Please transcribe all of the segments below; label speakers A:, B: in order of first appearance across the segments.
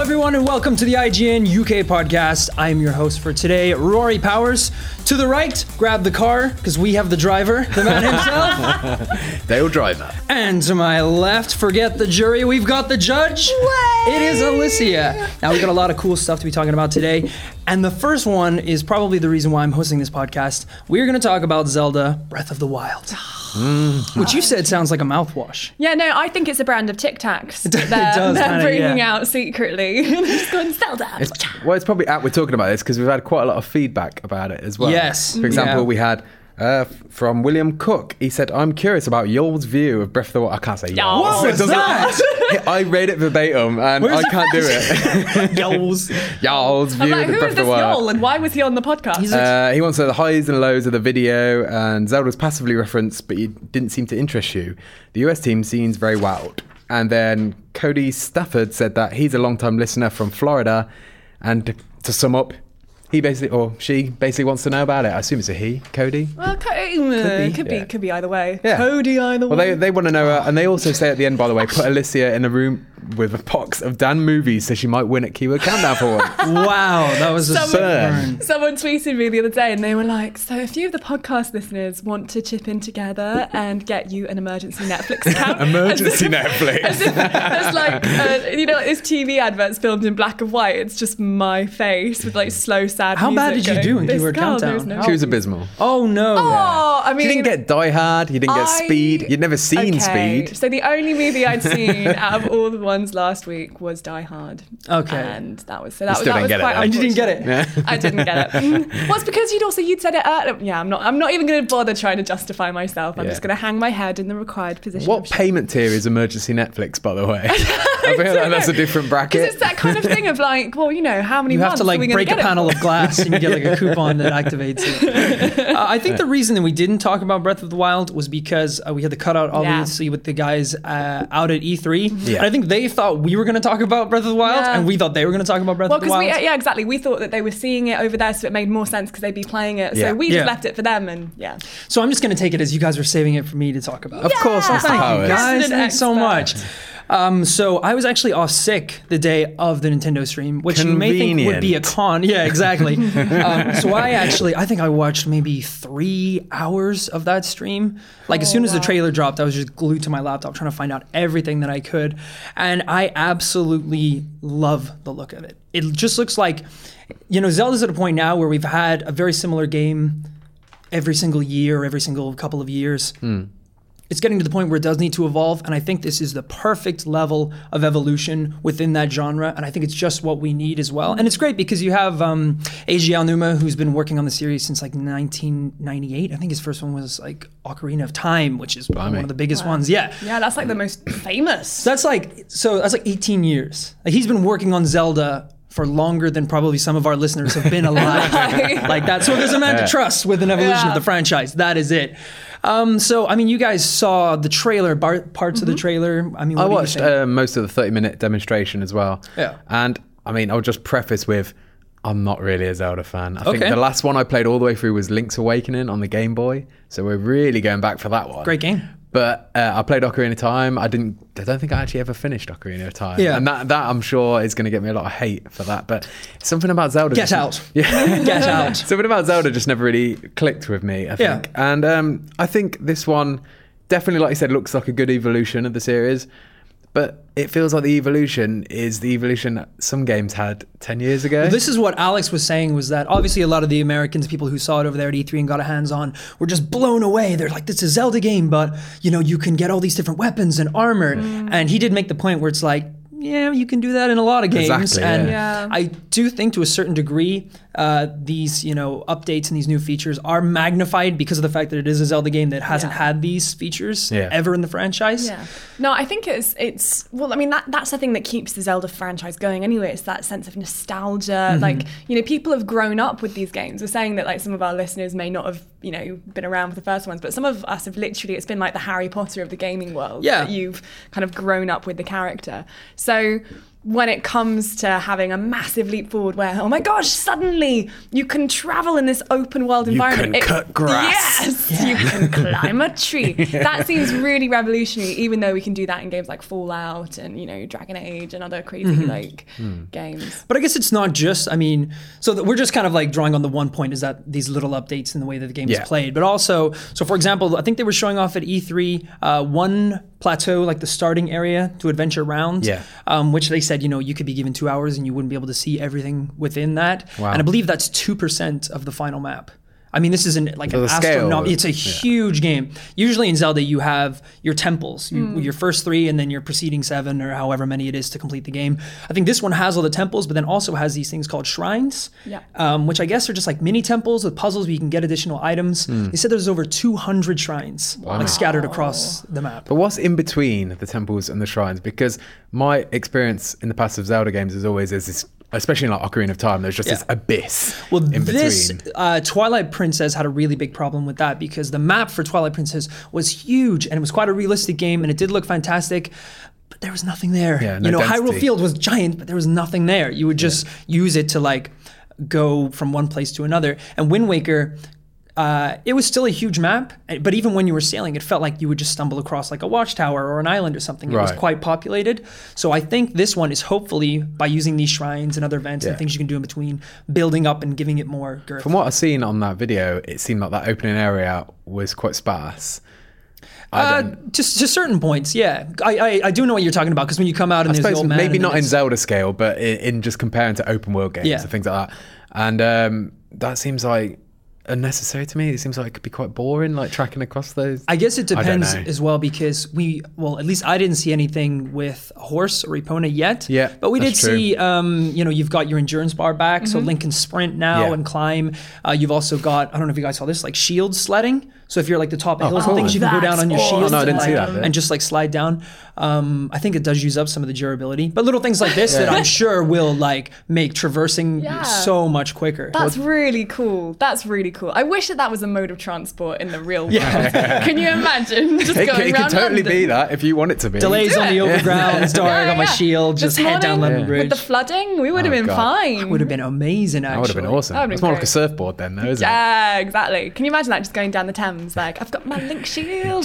A: everyone, and welcome to the IGN UK podcast. I am your host for today, Rory Powers. To the right, grab the car because we have the driver, the man himself.
B: Dale Driver.
A: and to my left, forget the jury, we've got the judge. It is Alicia. Now, we've got a lot of cool stuff to be talking about today. And the first one is probably the reason why I'm hosting this podcast. We're going to talk about Zelda Breath of the Wild, Mm-hmm. which you said sounds like a mouthwash.
C: Yeah, no, I think it's a brand of Tic Tacs that they're,
A: does
C: they're
A: kinda,
C: bringing
A: yeah.
C: out secretly. it's gone Zelda.
B: Well, it's probably apt we're talking about this because we've had quite a lot of feedback about it as well.
A: Yes.
B: For example,
A: Yeah.
B: we had uh, f- from William Cook. He said, "I'm curious about Yol's view of Breath of the Wild." I can't say Yol.
C: What
B: It
A: was
B: doesn't- I read it verbatim and
A: Where's
B: I can't do it.
A: Yells.
B: Yol's
C: I'm
B: view
C: like,
B: of the
C: who
B: Breath
C: is
B: of the
C: this
B: Wild.
C: Yol and why was he on the podcast?
A: He's a-
B: Uh, he wants to know the highs and lows of the video, and Zelda's passively referenced, but it didn't seem to interest you. The US team seems very wild. And then Cody Stafford said that he's a long-time listener from Florida, and to sum up, he basically or she basically wants to know about it. I assume it's a he, Cody.
C: well, co- could,
B: be,
C: be, could,
B: yeah.
C: be, could be either way.
B: Yeah.
C: Cody either
B: Well, they,
C: way.
B: they want to know, uh, and they also say at the end, by the way, put Alicia in a room with a box of Dan movies so she might win at Keyword Countdown for one.
A: wow, that was a
C: Someone-
A: burn.
C: Someone tweeted me the other day and they were like, So, a few of the podcast listeners want to chip in together and get you an emergency Netflix account.
B: Emergency
C: As if-
B: Netflix.
C: As if there's like, uh, you know, like this TV adverts filmed in black and white. It's just my face with like slow, sad
A: How bad did
C: music
A: you do
C: going,
A: in Keyword
C: "This girl, there's
A: Countdown?"
C: no
B: She was abysmal.
A: Oh no.
C: Oh, I mean,
B: You didn't get Die Hard. You didn't get
C: I-
B: Speed. You'd never seen
C: Okay,
B: Speed.
C: So the only movie I'd seen out of all the ones last week was Die Hard.
A: Okay.
C: and that was so that was,
B: still
C: that
B: didn't
C: was
B: get it,
C: quite.
B: though.
A: And you didn't get it?
C: unfortunate. I didn't get it. Mm. Well, it's because you'd also you'd said it earlier. Yeah, I'm not. I'm not even going to bother trying to justify myself. I'm
B: Yeah.
C: just going to hang my head in the required position.
B: What payment tier is emergency Netflix, by the way? I feel like that's a different
C: Because
B: bracket.
C: it's that kind of thing of like, well, you know, how many
A: You have
C: months
A: to
C: are
A: like
C: we gonna
A: break a
C: get it
A: panel
C: for?
A: of glass and you get like a coupon that activates it. Uh, I think the reason that we didn't talk about Breath of the Wild was because uh, we had the cutout obviously with the guys uh, out at E3.
B: Yeah.
A: And I think they thought we were going to talk about Breath of the Wild
C: Yeah.
A: and we thought they were going to talk about Breath
C: Well,
A: of the
C: because we, uh,
A: Wild.
C: yeah, exactly. We thought that they were seeing it over there, so it made more sense because they'd be playing it.
B: Yeah.
C: So we just
A: Yeah.
C: left it for them, and yeah.
A: So I'm just going to take it as you guys were saving it for me to talk about.
B: Of course,
C: Yeah.
B: Mr.
C: Thank you,
B: Powers.
A: guys,
C: Resident
A: thanks so
C: expert.
A: much. Um, so I was actually off sick the day of the Nintendo stream, which you may think would be a
B: Convenient.
A: con. Yeah, exactly. um, so I actually, I think I watched maybe three hours of that stream. Like as soon as the trailer dropped, I was just glued to my laptop trying to find out everything that I could, and I absolutely love the look of it. It just looks like, you know, Zelda's at a point now where we've had a very similar game every single year, every single couple of years it's getting to the point where it does need to evolve and i think this is the perfect level of evolution within that genre and i think it's just what we need as well and it's great because you have um, Eiji Aonuma who's been working on the series since like 1998 i think his first one was like Ocarina of Time which is one of the biggest ones yeah
C: Yeah, that's like the most famous.
A: that's like so that's like 18 years like he's been working on Zelda for longer than probably some of our listeners have been alive like that. So there's a man to trust with an evolution of
C: Yeah.
A: the franchise. That is it. Um, so I mean, you guys saw the trailer, bar- parts of the trailer. I mean, what
B: I
A: do you
B: watched
A: think?
B: uh, most of the 30 minute demonstration as well.
A: Yeah.
B: And I mean, I'll just preface with I'm not really a Zelda fan. I
A: Okay.
B: think the last one I played all the way through was Link's Awakening on the Game Boy. So we're really going back for that one.
A: Great game.
B: But uh, I played Ocarina of Time. I didn't. I don't think I actually ever finished Ocarina of Time.
A: Yeah.
B: And that, that I'm sure is going to get me a lot of hate for that. But something about Zelda.
A: Get
B: just-
A: out.
B: Yeah.
A: Get out.
B: Something about Zelda just never really clicked with me, I
A: Yeah.
B: think. And um, I think this one definitely, like you said, looks like a good evolution of the series. But it feels like the evolution is the evolution that some games had 10 years ago.
A: This is what Alex was saying was that obviously a lot of the Americans, people who saw it over there at E3 and got a hands on, were just blown away. They're like, this is a Zelda game, but you know, you can get all these different weapons and armor.
C: Mm.
A: And he did make the point where it's like, yeah, you can do that in a lot of games.
B: Exactly,
A: and
C: yeah. Yeah.
A: I do think to a certain degree, uh, these, you know, updates and these new features are magnified because of the fact that it is a Zelda game that hasn't
C: Yeah.
A: had these features
B: Yeah.
A: ever in the franchise.
C: Yeah. No, I think it's it's well, I mean that that's the thing that keeps the Zelda franchise going anyway. It's that sense of nostalgia. Like, you know, people have grown up with these games. We're saying that like some of our listeners may not have, you know, been around for the first ones, but some of us have literally it's been like the Harry Potter of the gaming world.
A: Yeah.
C: That you've kind of grown up with the character. So when it comes to having a massive leap forward where oh my gosh suddenly you can travel in this open world
B: You
C: environment
B: can cut grass.
C: yes you can climb a tree that seems really revolutionary even though we can do that in games like fallout and you know dragon age and other crazy
B: Mm-hmm.
C: like
B: Mm.
C: games
A: But I guess it's not just. I mean, so that we're just kind of like drawing on the one point is that these little updates in the way that the game
B: Yeah.
A: is played, but also, so for example, I think they were showing off at E3 uh, one plateau, like the starting area to adventure round,
B: Yeah.
A: um, which they said you know you could be given two hours and you wouldn't be able to see everything within that,
B: Wow.
A: and I believe that's two percent of the final map. I mean, this isn't like
B: So
A: an
B: the scale
A: astronom-
B: is-
A: It's a huge game. Usually in Zelda, you have your temples, you, your first three, and then your preceding seven, or however many it is to complete the game. I think this one has all the temples, but then also has these things called shrines,
C: Yeah.
A: um, which I guess are just like mini temples with puzzles where you can get additional items. They said there's over 200 shrines like scattered across the map.
B: But what's in between the temples and the shrines? Because my experience in the past of Zelda games is always is this, especially in like Ocarina of Time, there's just this abyss
A: Well,
B: in
A: this
B: between.
A: uh, Twilight Princess had a really big problem with that because the map for Twilight Princess was huge and it was quite a realistic game and it did look fantastic. But there was nothing there.
B: Yeah, no
A: you know,
B: density.
A: Hyrule Field was giant, but there was nothing there. You would just use it to like go from one place to another. And Wind Waker, uh, it was still a huge map, but even when you were sailing, it felt like you would just stumble across like a watchtower or an island or something. It was
B: Right.
A: quite populated. So I think this one is hopefully by using these shrines and other events
B: Yeah.
A: and things you can do in between, building up and giving it more girth.
B: From what I've seen on that video, it seemed like that opening area was quite sparse.
A: Uh, to, to certain points, yeah. I, I, I do know what you're talking about because when you come out and
B: I
A: there's the
B: suppose
A: old man,
B: maybe
A: and then
B: not in
A: there's-
B: Zelda scale, but in, in just comparing to open world games
A: Yeah.
B: and things like that. And um, that seems like unnecessary to me. It seems like it could be quite boring, like tracking across those.
A: I guess it
B: don't
A: depends
B: know.
A: as well because we, well, at least I didn't see anything with horse or Epona yet.
B: Yeah,
A: but we did
B: that's true.
A: see, um, you know, you've got your endurance bar back,
C: Mm-hmm.
A: so Link can sprint now
B: Yeah.
A: and climb. Uh, you've also got, I don't know if you guys saw this, like shield sledding. So if you're like the top of hills
B: cool.
A: and things, you can go down
C: That's
A: on your
C: awesome.
A: shield
B: Oh, no, I didn't
A: and,
B: see
A: like,
B: that bit.
A: and just like slide down. Um, I think it does use up some of the durability, but little things like this that I'm sure will like make traversing
C: Yeah.
A: so much quicker.
C: That's really cool. That's really cool. I wish that that was a mode of transport in the real world. Can you imagine just
B: It,
C: going
B: could- it could
C: around
B: totally
C: London?
B: be that Oh, if you want it to be.
A: Delays
C: Do
A: on the
C: it.
A: overground, it's dark
C: Yeah,
A: on my
C: yeah.
A: shield,
C: This
A: just head down
C: morning,
A: London Bridge.
C: With the flooding, we would have
B: Oh,
C: been
B: God.
C: fine.
A: would have been amazing, actually.
B: That would have been awesome.
C: That would've
B: It's
C: been
B: more like a
C: great.
B: surfboard then, though, isn't it?
C: Yeah, exactly. Can you imagine that just going down the Thames? Like, I've got my link shield.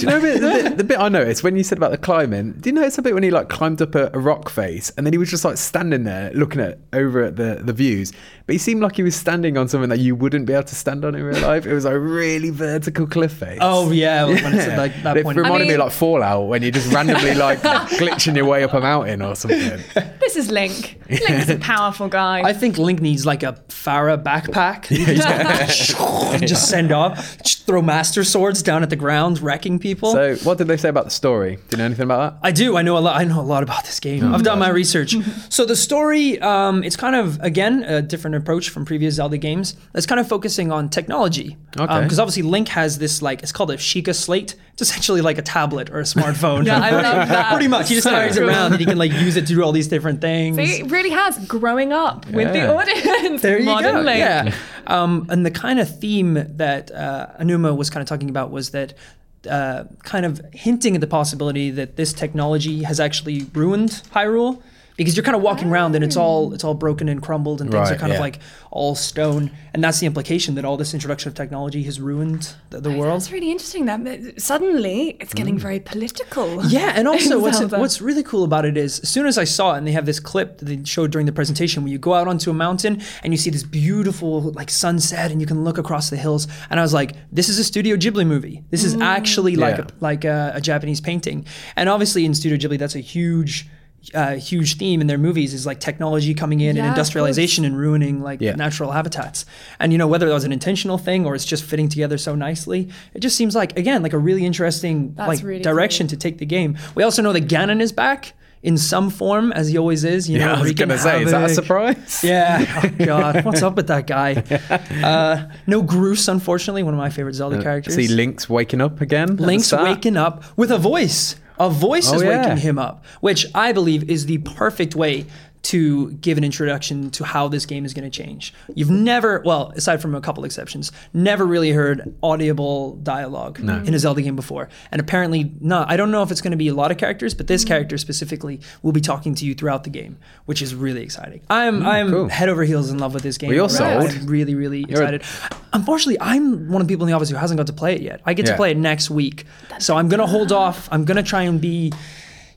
B: Do you know the, bit- the, the bit I noticed when you said about the climbing? Do you notice a bit when he like climbed up a, a rock face and then he was just like standing there looking at over at the, the views? But he seemed like he was standing on something that you wouldn't be able to stand on in real life. It was a really vertical cliff face.
A: Oh, yeah, when it's at
B: Yeah.
A: like, that
B: it
A: point.
B: reminded me
C: mean-
B: of like Fallout when you're just randomly like glitching your way up a mountain or something.
C: This is Link. Link's a powerful guy.
A: I think Link needs like a Farah backpack. just, just send off, just throw master swords down at the ground, wrecking people.
B: So, what did they say about the story? Do you know anything about that?
A: I do. I know a lot. I know a lot about this game. I've done my research. so the story, um, it's kind of again a different approach from previous Zelda games. It's kind of focusing on technology. Because
B: Okay.
A: obviously Link has this like it's called a Sheikah slate. It's essentially like a tablet or a smartphone.
C: Yeah, I love that.
A: Pretty much, he just
C: So
A: carries it
C: cool.
A: around and he can like use it to do all these different things.
C: See, it really has growing up with
B: Yeah.
C: the audience.
A: There you
C: Modern
A: go.
C: Link.
A: Yeah. Um, and the kind of theme that uh, Anuma was kind of talking about was that. Uh, kind of hinting at the possibility that this technology has actually ruined Hyrule because you're kind of walking around and it's all it's all broken and crumbled and things
B: Right,
A: are kind
B: yeah.
A: of like all stone and that's the implication that all this introduction of technology has ruined the, the world.
C: That's really interesting. That suddenly it's getting very political.
A: Mm. Yeah, and also
C: in
A: what's
C: Zelda.
A: what's really cool about it is as soon as I saw it, and they have this clip that they showed during the presentation where you go out onto a mountain and you see this beautiful like sunset and you can look across the hills, and I was like, this is a Studio Ghibli movie. This
C: Mm.
A: is actually like
B: Yeah.
A: a, like a, a Japanese painting, and obviously in Studio Ghibli that's a huge. Uh, huge theme in their movies is like technology coming in
C: Yeah,
A: and
C: of
A: industrialization and ruining like
B: Yeah.
A: natural habitats. And you know whether that was an intentional thing or it's just fitting together so nicely, it just seems like again like a really interesting
C: That's
A: like
C: really
A: direction to take the game. We also know that Ganon is back in some form, as he always is. You know,
B: I was
A: wreaking
B: going to say, is that a
A: havoc.
B: surprise?
A: Yeah. Oh God, what's up with that guy? Uh, no Groose, unfortunately, one of my favorite Zelda characters.
B: Uh, See Link's waking up again. at the
A: Link's
B: start.
A: waking up with a voice. A voice
B: Oh,
A: is
B: yeah.
A: waking him up, which I believe is the perfect way to give an introduction to how this game is going to change. You've never, well, aside from a couple exceptions, never really heard audible dialogue in a Zelda game before. And apparently, no, I don't know if it's going to be a lot of characters, but
B: Mm.
A: this character specifically will be talking to you throughout the game, which is really exciting. I'm I'm
B: Mm, cool.
A: head over heels in love with this game.
B: Well, you're
A: I'm
B: sold.
A: really really excited. Unfortunately, I'm one of the people in the office who hasn't got to play it yet. I get
B: Yeah.
A: to play it next week, so I'm going to hold off. I'm going to try and be.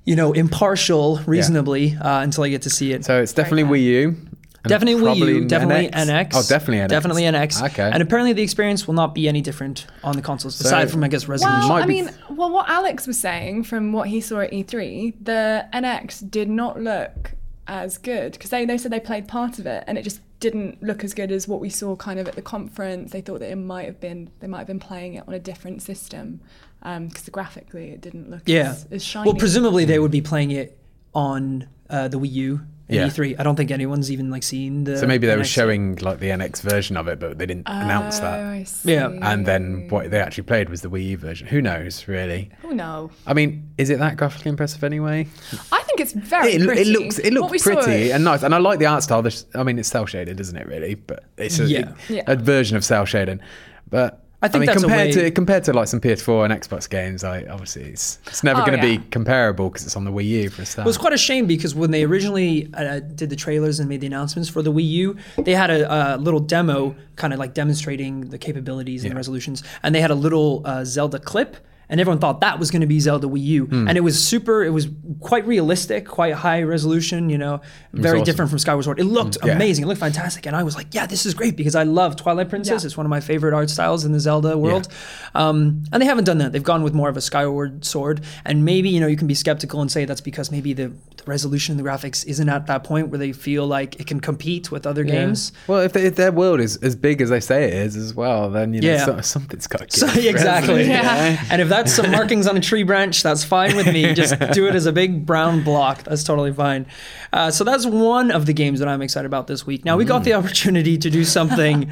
A: You know, impartial, reasonably, uh, until I get to see it.
B: So it's definitely
C: Very
B: Wii U. and
A: Definitely Wii
B: probably
A: U, definitely NX.
B: NX. Oh, definitely NX.
A: Definitely NX.
B: Okay.
A: And apparently the experience will not be any different on the consoles, aside from, I guess, resolution.
C: Well,
B: might
C: I
B: be-
C: mean, well, what Alex was saying from what he saw at E3, the NX did not look as good because they, they said they played part of it and it just didn't look as good as what we saw kind of at the conference. They thought that it might have been they might have been playing it on a different system because graphically it didn't look
A: yeah.
C: as, as shiny.
A: well, presumably they would be playing it on uh, the Wii U and
B: Yeah.
A: E3. I don't think anyone's even like seen the.
B: so maybe they
A: the
B: were
A: next-
B: showing like the NX version of it, but they didn't announce
C: Oh,
B: that.
C: I see.
A: Yeah.
B: And then what they actually played was the Wii U version. Who knows, really?
C: oh no,
B: I mean, is it that graphically impressive anyway?
C: I think it's very
B: It,
C: pretty.
B: it looks it
C: What
B: looks
C: we saw
B: pretty
C: at-
B: and nice, and I like the art style. This- I mean, it's cell shaded, isn't it? Really, but it's a,
A: Yeah.
C: Yeah.
B: a version of cell shading. But
A: I think
B: mean,
A: that's a
B: compared
A: way-
B: to compared to like some PS4 and Xbox games, I obviously it's, it's never
C: Oh,
B: going to
C: yeah.
B: be comparable because it's on the Wii U for a start.
A: It was quite a shame because when they originally uh, did the trailers and made the announcements for the Wii U, they had a, a little demo, kind of like demonstrating the capabilities and resolutions, and they had a little uh, Zelda clip. And everyone thought that was going to be Zelda Wii U, and it was super. It was quite realistic, quite high resolution. You know, very
B: awesome.
A: different from Skyward Sword. It looked amazing. It looked fantastic, and I was like, "Yeah, this is great" because I love Twilight Princess.
C: Yeah.
A: It's one of my favorite art styles in the Zelda world. Um, and they haven't done that. They've gone with more of a Skyward Sword, and maybe you know you can be skeptical and say that's because maybe the, the resolution of the graphics isn't at that point where they feel like it can compete with other games.
B: Well, if, they, if their world is as big as they say it is as well, then you know
A: Yeah.
B: so, something's got to
A: So,
B: give.
A: exactly.
C: Yeah.
A: And if that's some markings on a tree branch, that's fine with me. Just do it as a big brown block. That's totally fine. Uh, so that's one of the games that I'm excited about this week. Now we
B: Mm.
A: got the opportunity to do something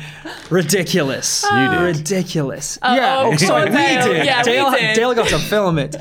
A: ridiculous.
B: You did.
A: Ridiculous.
C: Oh,
A: yeah.
C: oh,
A: sorry,
C: poor Dale.
A: we did.
C: Yeah, we
A: Dale,
C: did.
A: Dale got to film it.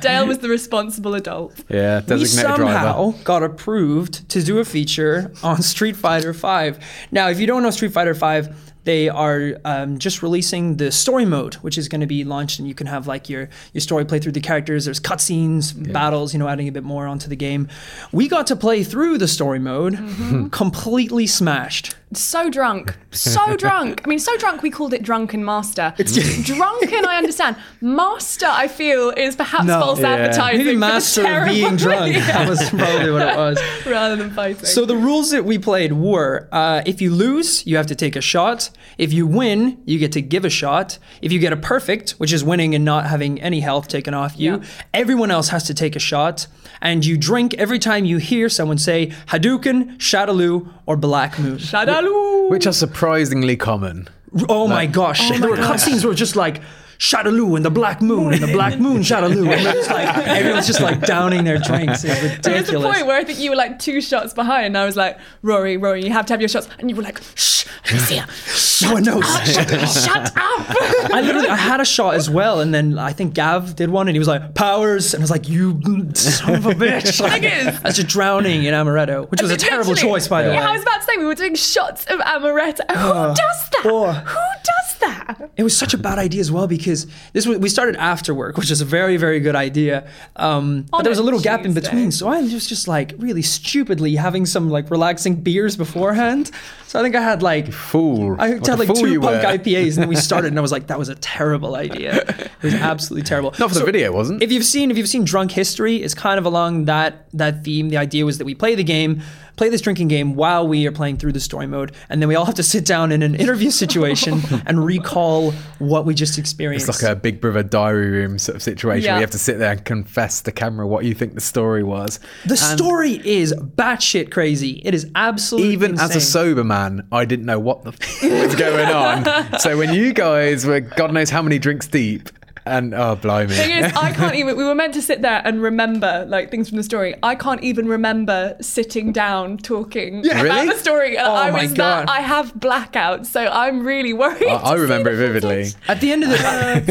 C: Dale was the responsible adult.
B: Yeah,
A: we
B: designated driver.
A: somehow got approved to do a feature on Street Fighter V. Now, if you don't know Street Fighter V, they are um, just releasing the story mode, which is going to be launched, and you can have like your your story play through the characters. There's cutscenes, battles, you know, adding a bit more onto the game. We got to play through the story mode,
C: Mm-hmm.
A: completely smashed.
C: so drunk, so drunk. I mean, so drunk. We called it drunken master. drunken, I understand. Master, I feel, is perhaps
A: No.
C: false
B: Yeah.
C: advertising.
A: Maybe
C: for the
A: master of
C: terrible-
A: being drunk.
C: Yeah,
A: That was probably what it was.
C: rather than fighting.
A: So the rules that we played were: uh, if you lose, you have to take a shot. If you win, you get to give a shot. If you get a perfect, which is winning and not having any health taken off you,
C: Yeah.
A: everyone else has to take a shot. And you drink every time you hear someone say Hadouken, Shadaloo, or Black Moon.
C: Shadaloo.
B: Which are surprisingly common.
A: oh my gosh! there were cutscenes where just like. Shadaloo and the Black Moon and the Black Moon Shadaloo. And it was like, everyone's just like downing their drinks. It's ridiculous.
C: There was a point where I think you were like two shots behind, and I was like, Rory, Rory, you have to have your shots, and you were like, shh, Alicia, shh,
A: no one knows.
C: shut up.
A: I literally I had a shot as well, and then I think Gav did one, and he was like powers, and I was like you son of a bitch. Like,
C: Niggas.
A: I was just drowning in amaretto, which was a terrible
C: Literally.
A: choice, by the
C: Yeah, I
A: way.
C: was about to say we were doing shots of amaretto. Who does that?
A: oh.
C: Who does that?
A: It was such a bad idea as well because this was, we started after work, which is a very very good idea. Um, but
C: On
A: there was a
C: a
A: little gap in
C: Tuesday.
A: between, so I was just like really stupidly having some like relaxing beers beforehand. So I think I had like
B: Fool.
A: I
B: What
A: had
B: a
A: like
B: fool
A: two
B: you
A: punk
B: were.
A: IPAs, and then we started, and I was like, that was a terrible idea. It was absolutely terrible.
B: Not for the video, wasn't?
A: if you've seen if you've seen drunk history it's kind of along that that theme the idea was that we play the game play this drinking game while we are playing through the story mode and then we all have to sit down in an interview situation and recall what we just experienced
B: It's like a Big Brother diary room sort of situation
C: Yeah.
B: where you have to sit there and confess to camera what you think the story was.
A: the story is batshit crazy it is absolutely
B: Even as a
A: insane.
B: sober man, I didn't know what the f- was going on. So when you guys were God knows how many drinks deep And oh, blimey.
C: Thing is, I can't even. We were meant to sit there and remember like things from the story. I can't even remember sitting down talking
B: Yeah.
C: about
B: Really?
C: the story. And
A: Oh
C: I
A: my
C: was that.
A: God.
C: I have blackouts, so I'm really worried.
B: I, I
C: to see
B: remember it
C: the
B: vividly.
C: footage.
A: At the end of the
C: Oh,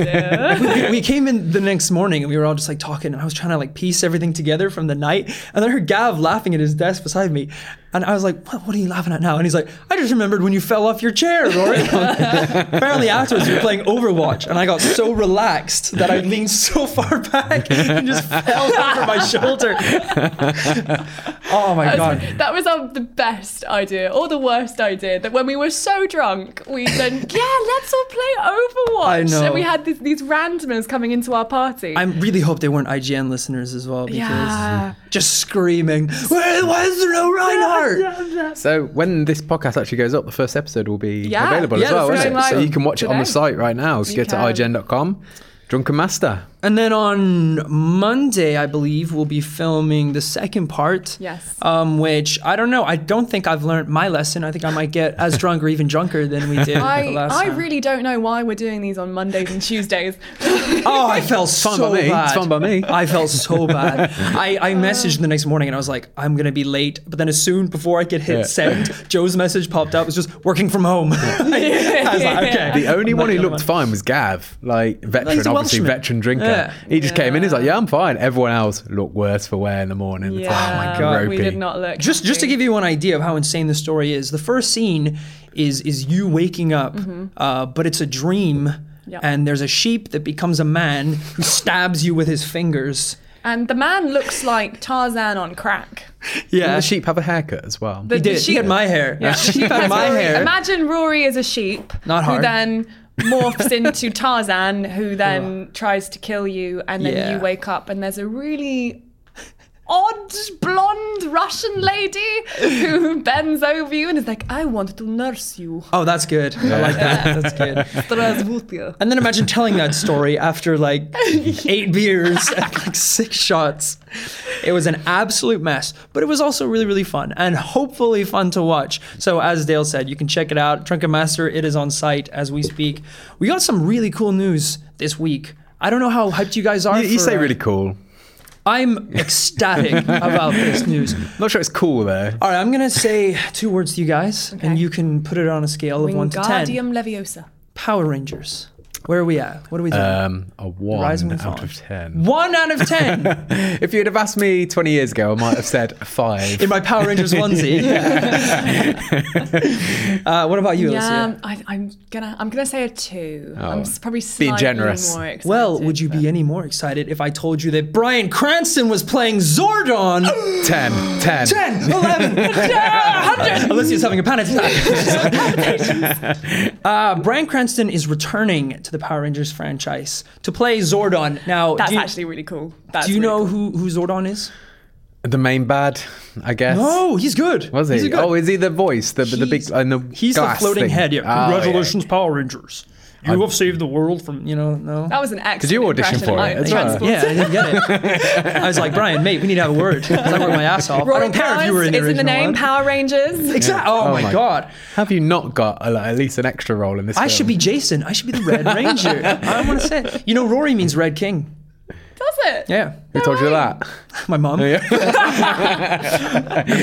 C: dear.
A: we, we came in the next morning and we were all just like talking and I was trying to like piece everything together from the night and then I heard Gav laughing at his desk beside me and I was like what, what are you laughing at now and he's like I just remembered when you fell off your chair Rory apparently afterwards we were playing Overwatch and I got so relaxed that I leaned so far back and just fell over my shoulder oh my god
C: That was um, the best idea or the worst idea that when we were so drunk, we then, yeah, let's all play Overwatch.
A: I know.
C: And we had this, these randomers coming into our party.
A: I really hope they weren't IGN listeners as well because
C: Yeah.
A: just screaming, "Why why is there no Reinhardt?"
B: So when this podcast actually goes up, the first episode will be
C: Yeah.
B: available
A: Yeah,
B: as
A: the
B: well,
A: first
B: isn't it?
A: one
B: So
A: live
B: you can watch it on the
C: today.
B: site right now. So
C: You
B: go to
C: can.
B: ign.com, Drunken Master.
A: And then on Monday, I believe, we'll be filming the second part.
C: Yes.
A: Um, which I don't know. I don't think I've learned my lesson. I think I might get as drunk or even drunker than we did the
C: I,
A: last
C: I
A: time.
C: really don't know why we're doing these on Mondays and Tuesdays.
A: oh, I felt
B: fine
A: so
B: by me. It's
A: bad.
B: fine by me.
A: I felt so bad. I,
C: Uh.
A: I messaged the next morning and I was like, I'm gonna be late. But then as soon before I could hit
B: Yeah.
A: send, Joe's message popped up. It was just working from home. I was like, okay.
B: The only
A: I'm
B: one
A: not
B: who
A: gonna
B: looked
A: lie.
B: fine was Gav, like veteran,
A: He's a
B: obviously
A: Welshman.
B: veteran drinker.
A: Yeah.
B: He just came in. He's like, "Yeah, I'm fine." Everyone else looked worse for wear in the morning. It's like, "Oh
C: Yeah,
A: Oh, God.
B: ropey.
C: we did not look.
A: just just to
C: happy.
A: give you an idea of how insane the story is the first scene is is you waking up uh, but it's a dream
C: Yeah.
A: and there's a sheep that becomes a man who stabs you with his fingers
C: And the man looks like Tarzan on crack.
B: Didn't the sheep have a haircut as well.
A: he did she had my hair yeah. she had
C: Because
A: my
C: Rory-
A: hair
C: Imagine Rory as a sheep
A: Not
C: who
A: hard.
C: then morphs into Tarzan, who then tries to kill you, and then
A: Yeah.
C: you wake up, and there's a really odd blonde Russian lady who bends over you and is like, I want to nurse you.
A: oh that's good i like that that's good
C: Strasvutia.
A: and then imagine telling that story after like eight beers and like six shots it was an absolute mess but it was also really really fun and hopefully fun to watch so as dale said you can check it out drunken master it is on site as we speak we got some really cool news this week i don't know how hyped you guys are
B: you, you
A: for-
B: say really cool.
A: i'm ecstatic about this news
B: Not sure it's cool though.
A: all right i'm gonna say two words to you guys
C: Okay.
A: and you can put it on a scale of one to ten
C: Wingardium Leviosa.
A: power rangers where are we at what are we doing
B: Um, a one
A: Rise and
B: out
A: fall.
B: of ten.
A: one out of ten
B: If you'd have asked me 20 years ago, I might have said a five.
A: in my Power Rangers onesie. uh, what about you,
C: Yeah,
A: Alicia?
C: I, I'm gonna I'm gonna say a two.
B: Oh,
C: I'm s- probably slightly
B: generous.
C: more excited.
A: Well, would you
C: but-
A: be any more excited if I told you that Brian Cranston was playing Zordon?
B: 10. 10.
A: 10, 11, 100. Alicia's having a panic attack. uh, Brian Cranston is returning to the Power Rangers franchise to play Zordon. Now,
C: That's
A: do you,
C: actually really cool. That's
A: do you
C: really
A: know
C: cool.
A: who, who Zordon is?
B: The main bad, I guess.
A: Oh, he's good.
B: Was
A: He's
B: he?
A: a good-
B: Oh, is he the voice? The, the big.
A: He's-
B: And the
A: He's the
B: glass
A: floating
B: thing?
A: head. Yeah.
B: Oh,
A: Congratulations, Power Rangers. You have saved the world from you know no.
C: That was an excellent.
B: you audition
C: impression.
B: for it
C: I-
B: as
C: I
B: well?
C: transported
A: Yeah, I didn't get it. I was like, Brian, mate, we need to have a word. 'Cause I worked my ass off. I
C: Rory
A: don't care if you were in the
C: Powers is in the
A: original
C: name
A: one.
C: Power Rangers.
A: Exactly. Oh,
B: Oh
A: my
B: my-
A: god.
B: Have you not got a, like, at least an extra role in this?
A: I
B: film?
A: should be Jason. I should be the Red Ranger. I want to say. it. You know, Rory means Red King.
C: Does it?
A: Yeah,
B: Who told you that?
A: my mom.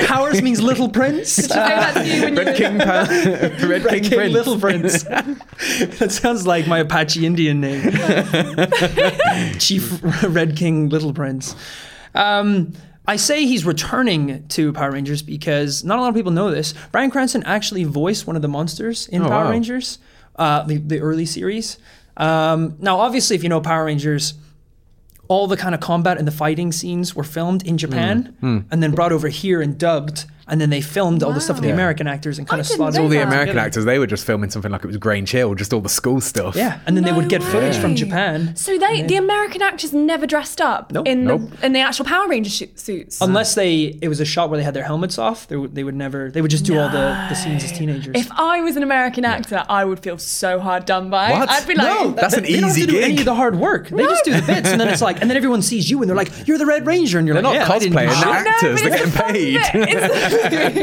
A: Powers means Little Prince.
C: Did you say that to you when you were-
B: Red King, pa- Red, King,
A: King
B: Prince.
A: Little Prince. that sounds like my Apache Indian name. Chief Red King Little Prince. Um, I say he's returning to Power Rangers because not a lot of people know this. Brian Cranston actually voiced one of the monsters in
B: Oh,
A: Power
B: wow.
A: Rangers, uh, the, the early series. Um, now, obviously, if you know Power Rangers, all the kind of combat and the fighting scenes were filmed in Japan
B: Mm,
A: and then brought over here and dubbed. And then they filmed all the stuff with the
B: Wow. Yeah.
A: American actors and kind
C: I
A: of
C: didn't
A: slotted
C: know
B: All
A: all
B: the
C: Yeah.
B: American
A: Yeah.
B: actors, they were just filming something like it was Grain Chill, just all the school stuff.
A: Yeah, and then they
C: No
A: would get footage from
C: way.
A: Japan.
C: So they, the American actors never dressed up
A: Nope. Um,
C: in
B: Nope.
C: the in the actual Power Ranger shoot, suits.
A: Unless they, it was a shot where they had their helmets off. They would, they would never. They would just do all the, the scenes as teenagers.
C: if I was an American actor, I would feel so hard done by.
B: What?
C: I'd be like,
B: No, that's an
A: they don't have
B: easy
A: to do any
B: gig.
A: of the hard work. They just do the bits, and then it's like, and then everyone sees you, and they're like, "You're the Red Ranger," and you're
B: They're
A: like,
B: not
A: "Yeah, I didn't do
B: cosplaying,
A: shit."
B: they're
C: I know,
B: actors,
C: but
B: they're
C: it's
B: getting
C: the fun
B: paid.
C: bit. It's-
B: And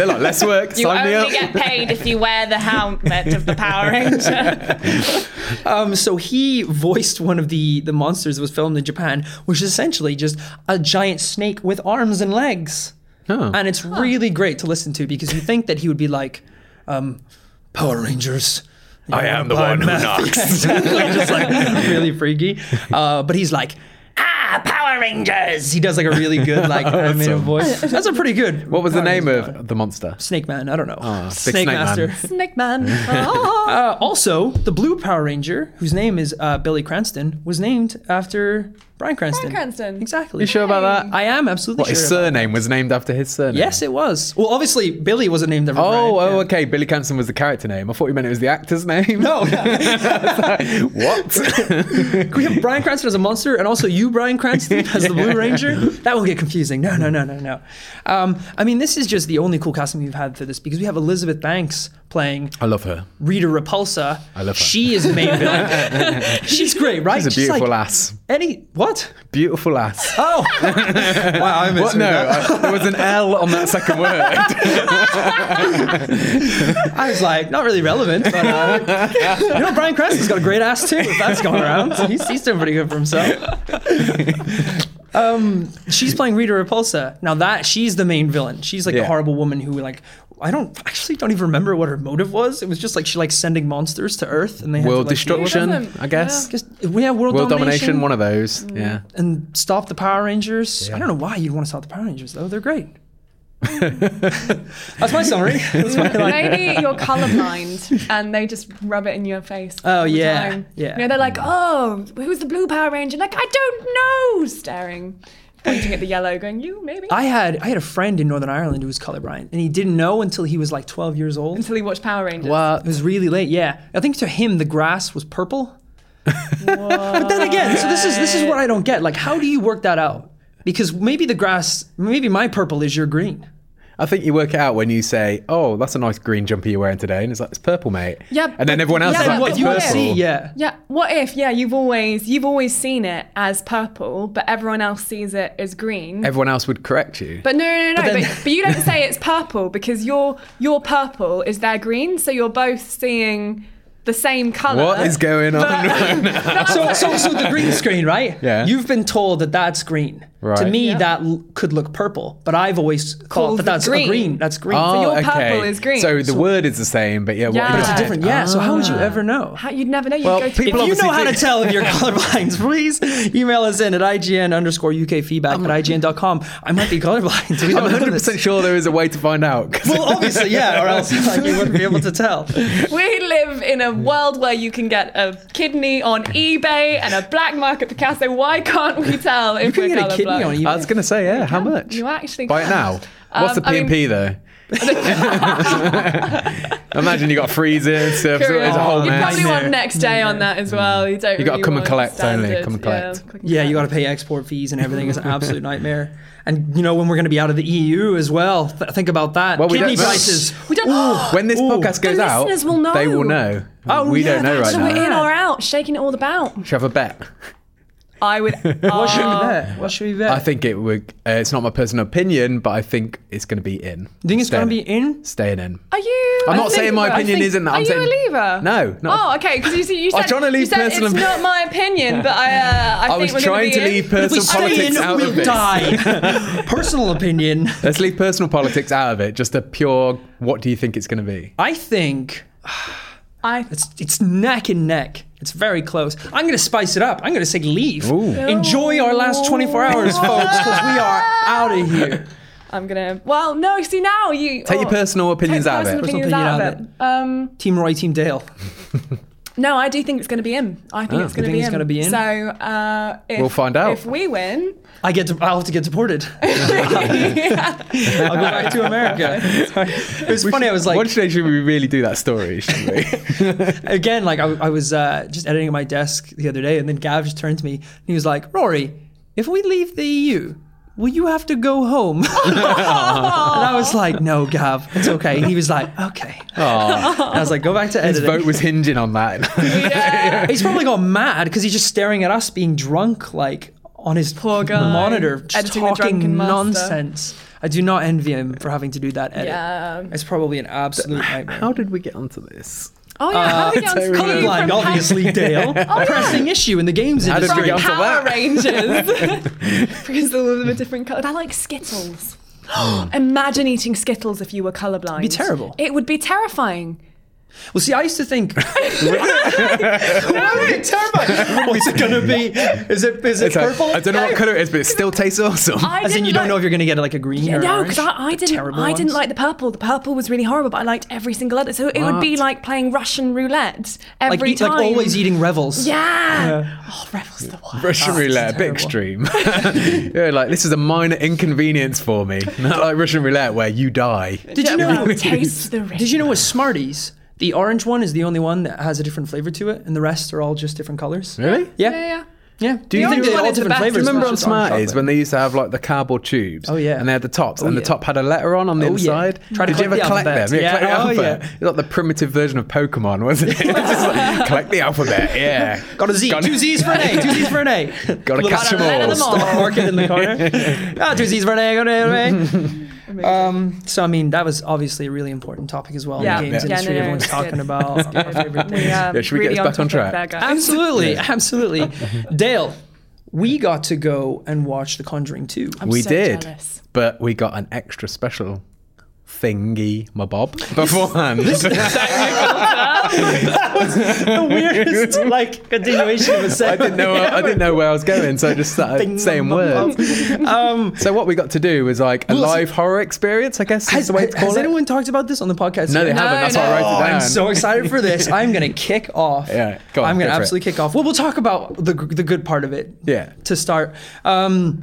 B: they're like, less work,
D: You
B: sign me
D: only
B: up.
D: get paid if you wear the helmet of the Power Ranger.
A: Um, so he voiced one of the the monsters that was filmed in Japan, which is essentially just a giant snake with arms and legs. And it's really great to listen to because you think that he would be like, um, Power Rangers.
B: I am the one who knocks.
A: just like really freaky. Uh, but he's like, ah, Power Rangers. He does like a really good like animated voice. That's a pretty good.
B: What was the
A: Power
B: name
A: Rangers
B: of the monster?
A: Snake Man? I don't know.
B: Big
A: snake,
B: Snake Man.
A: Master.
C: Snake Man. Ah.
A: Uh, also, the blue Power Ranger, whose name is uh, Billy Cranston, was named after Brian Cranston.
C: Cranston.
A: Exactly.
B: You sure about that?
A: I am absolutely
B: What, uh, his
A: sure. about
B: surname was named after his surname?
A: that. Yes, it was. Well, obviously, Billy wasn't named after
B: Oh,
A: Brian.
B: oh,
A: yeah.
B: okay. Billy Cranston was the character name. I thought you meant it was the actor's name.
A: No, yeah.
B: what?
A: Can we have Brian Cranston as a monster and also you, Brian Cranston, as the Blue Ranger. That will get confusing. No, no, no, no, no. Um, I mean, this is just the only cool casting we've had for this because we have Elizabeth Banks playing
B: I love her.
A: Rita Repulsa. I
B: love her.
A: She is the main villain. She's great, right?
B: She's a
A: like,
B: beautiful ass.
A: Any what?
B: Beautiful ass.
A: Oh, wow! I
B: What? No, I, there was an L on that second word.
A: I was like, not really relevant, but uh, you know, Brian Cranston's got a great ass too. If that's going around, he's, he's doing pretty good for himself. um, she's playing Rita Repulsa. Now that she's the main villain. She's like the
B: Yeah.
A: horrible woman who like. I don't actually don't even remember what her motive was. It was just like she likes sending monsters to Earth, and they had
B: World
A: to, like,
B: destruction,
C: doesn't?
B: I guess.
A: Just, yeah, world,
B: World
A: domination.
B: domination, one of those. Yeah.
A: and stop the Power Rangers. I
B: Yeah.
A: don't know why you'd want to stop the Power Rangers though. They're great. That's my summary. That's my, like,
C: Maybe you're colorblind and they just rub it in your face.
A: Oh,
C: all the
A: yeah,
C: time.
A: yeah.
C: You know, they're like, oh, who's the blue Power Ranger? Like, I don't know. Staring, pointing at the yellow, going, you maybe.
A: I had I had a friend in Northern Ireland who was colorblind, and he didn't know until he was like 12 years old.
C: Until he watched Power Rangers.
A: It was really late. Yeah, I think to him the grass was purple. but then again, so this is this is what I don't get. Like, how do you work that out? Because maybe the grass, maybe my purple is your green.
B: I think you work it out when you say, "Oh, that's a nice green jumper you're wearing today," and it's like it's purple, mate.
C: Yeah,
B: And
C: but-
B: then everyone else
C: yeah,
B: is
C: but
B: like,
C: what
B: "It's
C: you
B: purple."
C: would
A: see, yeah.
C: Yeah. What if? Yeah, you've always you've always seen it as purple, but everyone else sees it as green.
B: Everyone else would correct you.
C: but no, no, no, no.
A: But
C: But,
A: then-
C: but, you don't say it's purple because your your purple is their green, so you're both seeing the same color.
B: what is going on? right now?
A: So, so, so the green screen, right?
B: Yeah.
A: You've been told that that's green.
B: Right.
A: To me,
C: Yeah.
A: that l- could look purple, but I've always thought
C: Called
A: that that's a
C: green.
A: green. That's green.
B: Oh,
C: your purple is green.
B: So the word is the same, but yeah, what
C: Yeah.
A: But it's
B: is
A: a
B: it?
A: different. Yeah. So how would
B: Ah.
A: you ever know?
C: How, you'd never know. You'd
B: Well,
C: go through
B: people
A: If you
B: obviously
A: know how
B: do.
A: to tell if you're colorblind, please email us in at IGN underscore UK feedback at IGN.com. I might be colorblind. We don't
B: I'm
A: know
B: 100
A: this.
B: percent sure there is a way to find out. 'cause
A: Well, obviously, yeah, or else like, you wouldn't be able to tell.
C: We live in a world where you can get a kidney on eBay and a black market Picasso. Why can't we tell if
A: You
C: we're
A: can get a kidney
C: colorblind?
A: on eBay.
B: I was gonna say, yeah, how much?
C: You actually
B: Buy it
C: can.
B: now. What's the
C: Um, I mean-
B: PMP though? Imagine you got freezers, so it's a whole
C: you probably
B: mess.
C: want next day on that as well. You don't.
B: You gotta
C: really
B: come and
C: want
B: collect only,
C: standard.
B: come and collect.
C: Yeah, click and
A: Yeah, you got
C: collect.
A: to pay export fees and everything. It's an absolute nightmare. And you know when we're going to be out of the EU as well. Th- think about that.
B: Well, we
A: Kidney
B: don't-
A: prices.
C: We don't.
B: When this podcast goes
C: The
B: out,
C: listeners will
B: they will
C: know.
B: know.
A: Oh,
B: we
A: yeah,
B: don't know
A: that's
B: right
C: So
B: now.
A: right.
C: we're in or out, shaking it all about.
B: Should we have a bet?
C: I would.
A: What should we
C: uh,
A: bet? What should we bet?
B: I think it would. Uh, it's not my personal opinion, but I think it's going to be in.
A: you think it's going to be in?
B: staying in?
C: Are you?
B: I'm
C: a
B: not saying my
C: leaver?
B: opinion isn't.
C: Are
B: I'm
C: you
B: saying,
C: a lever?
B: No, no.
C: Oh, okay. Because you, said- you
B: I'm
C: said,
B: trying to leave
C: you said
B: personal-
C: it's not my opinion, but I, uh, I,
B: I
C: think
B: was
C: we're gonna
B: trying
C: be
B: to
C: in.
B: leave
A: If we
B: personal
A: stay in,
B: politics out
A: we'll
B: of it.
A: die. Personal opinion.
B: Let's leave personal politics out of it. Just a pure. What do you think it's going to be?
A: I think
C: I,
A: It's it's neck and neck. It's very close. I'm gonna spice it up. I'm gonna say leave.
B: Ooh.
A: Enjoy our last 24 hours, folks, because we are out of here.
C: I'm gonna. Well, no. See now you
B: Take your
C: oh,
B: personal opinions
C: take
B: out of it.
C: personal opinions
A: Personal
C: out of
A: opinion
C: it. Um,
A: Team Roy, Team Dale.
C: no, I do think it's gonna be in. I think it's gonna
A: Oh, think
C: be
A: it's
C: in.
A: gonna be in?
C: So uh, if,
B: We'll find out.
C: If we win,
A: I get to, I'll have to get deported. I'll go back to America. It was funny. I was like,
B: One day should we really do that story? Should we?
A: again, like I, I was uh, just editing at my desk the other day, and then Gav just turned to me and he was like, Rory, if we leave the EU, will you have to go home? and I was like, No, Gav, it's okay. And he was like, Okay.
B: oh,
A: And I was like, Go back to
B: his
A: editing.
B: vote was hinging on that.
A: He's probably got mad because he's just staring at us being drunk, like on his
C: Poor guy.
A: monitor just
C: Editing the
A: talking
C: drunken master.
A: nonsense. I do not envy him for having to do that edit.
C: Yeah.
A: It's probably an absolute nightmare.
B: How did we get onto this?
C: Oh yeah, how did we get on
B: Terry
C: Steve
A: Colorblind,
C: from
A: obviously, Dale. A pressing issue in the games
B: Oh, How did
A: industry.
B: we get
C: Power,
B: on to that?
C: Power Rangers because all of them are different colors. I like Skittles. Imagine eating Skittles if you were colorblind.
A: It'd be terrible.
C: It would be terrifying.
A: Well, see, I used to think. That would be terrifying. What's it gonna be? Is it is it
B: It's like,
A: purple?
B: I don't know what color it is, but it still tastes awesome.
C: I
A: As in,
C: didn't
A: you don't
C: like-
A: know if you're gonna get like a green or
C: no,
A: orange,
C: because I, I
A: the
C: didn't.
A: terrible
C: I didn't
A: ones.
C: like the purple. The purple was really horrible, but I liked every single other. So it would be
B: What?
C: like playing Russian roulette
A: like,
C: every
A: eat-
C: time.
A: like always eating revels.
C: Yeah. Oh, Revel's the worst.
B: Russian
A: Ah,
B: roulette, a bit extreme. yeah, like this is a minor inconvenience for me. Not like Russian roulette where you die.
A: Did you know?
C: Well, taste the
A: Did you know with Smarties, the orange one is the only one that has a different flavor to it, and the rest are all just different colors?
B: Really?
A: Yeah.
C: Yeah, yeah.
A: Yeah. Do
B: you think
A: they're
B: that
A: all
C: it's the
A: different
C: best?
A: flavors?
B: Remember
A: but
B: on
A: it's just orange
B: Smarties
A: chocolate?
B: when they used to have like the cardboard tubes?
A: Oh, yeah.
B: And they had the tops, and the
A: yeah.
B: top had a letter on on the
A: Oh, yeah.
B: inside.
A: Try to
B: Did
A: collect
B: you ever
A: the
B: collect
A: alphabet.
B: them? Yeah,
A: Yeah.
B: collect the
A: Oh,
B: alphabet.
A: yeah.
B: It's like the primitive version of Pokemon, wasn't it? Just like, collect the alphabet. Yeah.
A: Got a Z.
B: Got-
A: two Z's for an A. Two Z's for an A.
B: Gotta
A: Little
B: catch 'em
A: letter
B: all.
A: in the Stop marking in the corner. Ah, two Z's for an A. Got an A. Um, so I mean, that was obviously a really important topic as well
C: Yeah.
A: in the games
B: Yeah.
A: industry.
C: Yeah, no, no,
A: Everyone's
C: it's
A: talking
C: good.
A: about our favorite things.
C: Yeah,
B: Yeah, should we get
C: really
B: us back
C: on
B: on
C: topic
B: track?
C: there, guys.
A: Absolutely, absolutely. Dale, we got to go and watch The Conjuring 2.
B: we
C: so
B: did,
C: jealous.
B: but we got an extra special thingy, my bob, beforehand.
A: the weirdest like continuation of a
B: I didn't know. I didn't know where I was going, so I just started saying words.
A: Um,
B: So what we got to do was like a
A: Well,
B: live horror experience, I guess.
A: has
B: is the way to call
A: has
B: it.
A: anyone talked about this on the podcast?
B: No, they
A: yet?
B: haven't. That's why
C: no.
B: I wrote
A: Oh,
B: it down.
A: I'm so excited for this. I'm going to kick off.
B: Yeah, go on,
A: I'm going
B: go
A: to
B: for it.
A: absolutely kick off. Well, we'll talk about the, the good part of it
B: Yeah.
A: to start. Um,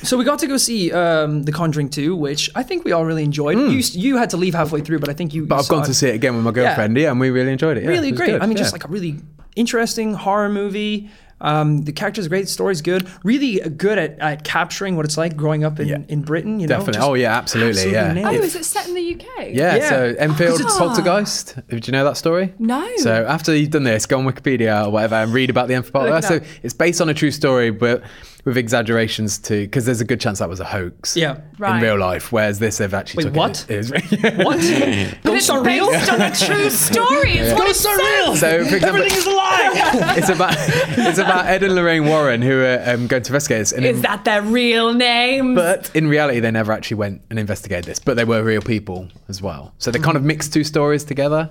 A: so we got to go see um, The Conjuring 2, which I think we all really enjoyed. You s- you had to leave halfway through, but I think you.
B: Hmm. But I've gone to see it again with my girlfriend, yeah, and we really enjoyed it. Yeah,
A: Really
B: it was
A: great.
B: good,
A: I mean,
B: yeah.
A: just like a really interesting horror movie. Um, the characters are great, the story's good. Really good at, at capturing what it's like growing up in,
B: Yeah.
A: in Britain. You know,
B: definitely.
A: Just
B: oh yeah, absolutely.
A: absolutely
B: Yeah.
A: nailed
C: Oh,
A: If-
C: is it set in the UK?
B: Yeah,
A: Yeah.
B: so Enfield
C: Ah.
B: Poltergeist. Do you know that story?
C: No.
B: So after you've done this, go on Wikipedia or whatever and read about the Enfield
C: Look it
B: Poltergeist. So
C: up.
B: it's based on a true story, but with exaggerations to because there's a good chance that was a hoax.
A: Yeah.
C: Right.
B: In real life, whereas this they've actually
A: Wait,
B: took
A: what?
B: It, it was-
A: What?
C: But
A: Ghosts
C: it's
A: are real?
C: based on a true story. It's what it's
A: Ghosts are real!
B: So, for example,
A: Everything is a lie!
B: it's about it's about Ed and Lorraine Warren who are um, going to investigate this. And in-
C: Is that their real name?
B: But in reality, they never actually went and investigated this, but they were real people as well. So they kind of mixed two stories together.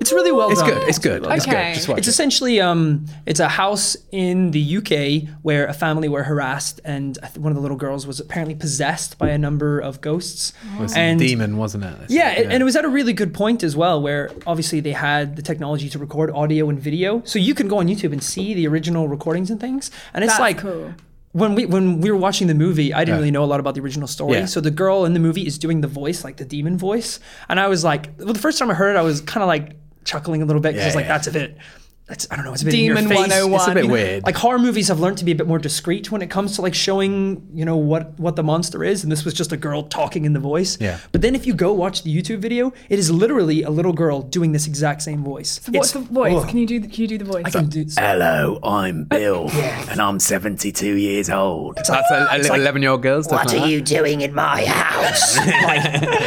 A: It's really well
B: It's
A: done.
B: good. It's good. It's
C: Okay.
B: good. Just watch
A: It's
B: it.
A: essentially um, it's a house in the UK where a family were harassed, and I th- one of the little girls was apparently possessed by a number of ghosts.
B: It's
A: and
B: a demon, wasn't it?
A: Yeah, and- and it was at a really good point as well, where obviously they had the technology to record audio and video, so you can go on YouTube and see the original recordings and things. And it's
C: That's
A: like
C: cool.
A: when we when we were watching the movie, I didn't
B: Yeah.
A: really know a lot about the original story.
B: Yeah.
A: So the girl in the movie is doing the voice, like the demon voice, and I was like, well, the first time I heard it, I was kind of like chuckling a little bit because I was
B: Yeah,
A: like,
B: yeah.
A: that's a bit. That's, I don't know. It's a bit in
C: Demon
A: your face.
C: 101.
A: It's a
B: bit weird.
A: Like horror movies have learned to be a bit more discreet when it comes to like showing, you know, what what the monster is, and this was just a girl talking in the voice.
B: Yeah.
A: But then if you go watch the YouTube video, it is literally a little girl doing this exact same voice.
C: What's the
A: It's-
C: voice?
A: Ugh.
C: Can you do? The, can you do the voice?
A: I can do-
E: Hello, I'm Bill, and I'm 72 years old.
B: That's a, a little 11 year old girl's
E: What
B: definitely
E: are
B: like
E: you doing in my house?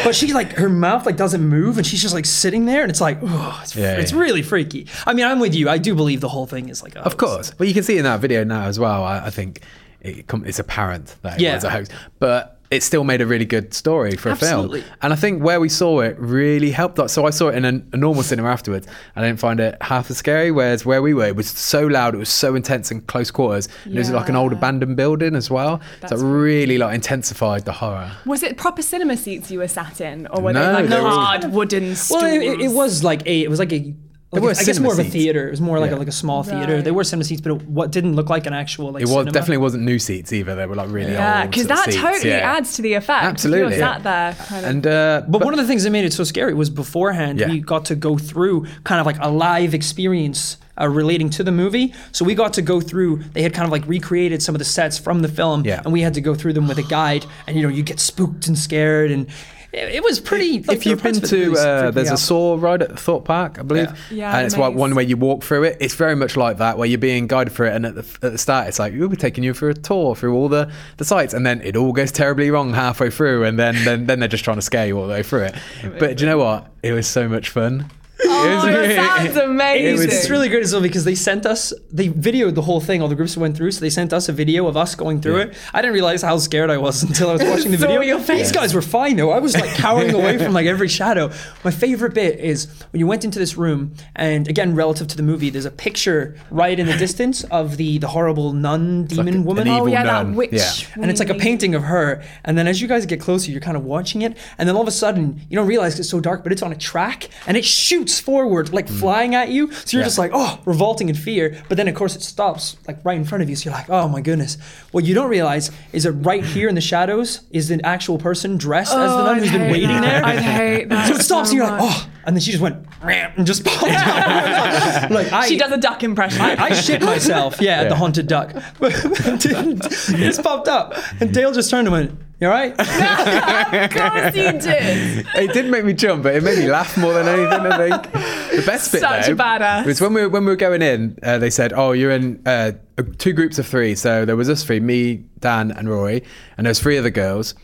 A: but she like her mouth like doesn't move, and she's just like sitting there, and it's like, ugh, it's,
B: Yeah,
A: it's
B: yeah.
A: really freaky. I mean, I'm with you. I do believe the whole thing is like, a
B: Of course. But you can see in that video now as well, I, I think it com- it's apparent that it
A: Yeah.
B: was a hoax. But it still made a really good story for a
A: Absolutely.
B: film. And I think where we saw it really helped us. So I saw it in a, a normal cinema afterwards. I didn't find it half as scary, whereas where we were, it was so loud, it was so intense and close quarters. And it was like an old
C: Yeah.
B: abandoned building as well. so
C: That's
B: it really like intensified the horror.
C: Was it proper cinema seats you were sat in, or were
B: No,
C: they like
B: they were-
C: hard wooden
A: Well,
C: stools?
A: it, it, it was like a it was like a. Like
B: were
A: a- I guess
B: cinema
A: more of a
B: seats.
A: theater. It was more like a,
B: Yeah.
A: like a small theater.
C: Right.
A: They were cinema seats, but it, what didn't look like an actual like
B: It was
A: cinema.
B: definitely wasn't new seats either. They were like really
C: Yeah,
B: old.
C: because
B: sort of
C: that
B: seats,
C: totally
B: yeah.
C: adds to the effect.
B: Absolutely.
C: You're sat there. Kind of.
B: And uh,
A: But, one of the things that made it so scary was beforehand
B: Yeah.
A: we got to go through kind of like a live experience uh, relating to the movie. So we got to go through. They had kind of like recreated some of the sets from the film,
B: Yeah.
A: and we had to go through them with a guide. And you know, you get spooked and scared, and it, it was pretty. like,
B: if
A: the
B: you've been
A: parts of it
B: to
A: really
B: uh,
A: freaked me
B: there's a
A: out.
B: saw ride at Thorpe Park, I believe,
C: Yeah. Yeah,
B: and it's like
C: maze.
B: one where you walk through it. It's very much like that, where you're being guided through it, and at the, at the start, it's like we'll be taking you for a tour through all the, the sites, and then it all goes terribly wrong halfway through, and then then, then they're just trying to scare you all the way through it. But do you know what? It was so much fun. it was
C: Oh, that sounds amazing.
B: was-
A: It's really great as well because they sent us, they videoed the whole thing, all the groups went through. So they sent us a video of us going through it. I didn't realize how scared I was until I was watching the
C: Saw
A: video.
C: your face.
A: These guys were fine though. I was like cowering away from like every shadow. My favorite bit is when you went into this room, and again, relative to the movie, there's a picture right in the distance of the the horrible nun demon
B: an
A: woman.
B: evil
C: oh yeah, that
B: nun.
C: witch.
B: Yeah.
A: and it's like a
C: woman.
A: painting of her. And then as you guys get closer, you're kind of watching it, and then all of a sudden, you don't realize it's so dark, but it's on a track, and it shoots forward, like flying at you. So you're just like, oh, revolting in fear. But then of course it stops, like right in front of you. So you're like, oh my goodness. What you don't realize is that right here in the shadows is an actual person dressed as the
C: Oh,
A: nun
C: I'd
A: who's been
C: hate
A: waiting
C: that.
A: there.
C: I'd hate that.
A: so it stops,
C: so
A: and you're like,
C: much.
A: oh, and then she just went "Ram," and just popped out. like I,
C: She does a duck impression.
A: I shit myself. Yeah, at the
B: Yeah.
A: haunted duck. It's popped up, and Dale just turned and went, "You all right?"
C: of course you did.
B: it did make me jump, but it made me laugh more than anything. I think the best bit
C: Such
B: though,
C: a badass.
B: was when we were, when we were going in. Uh, they said, "Oh, you're in uh, two groups of three. So there was us three, me, Dan, and Rory, and there was three other girls.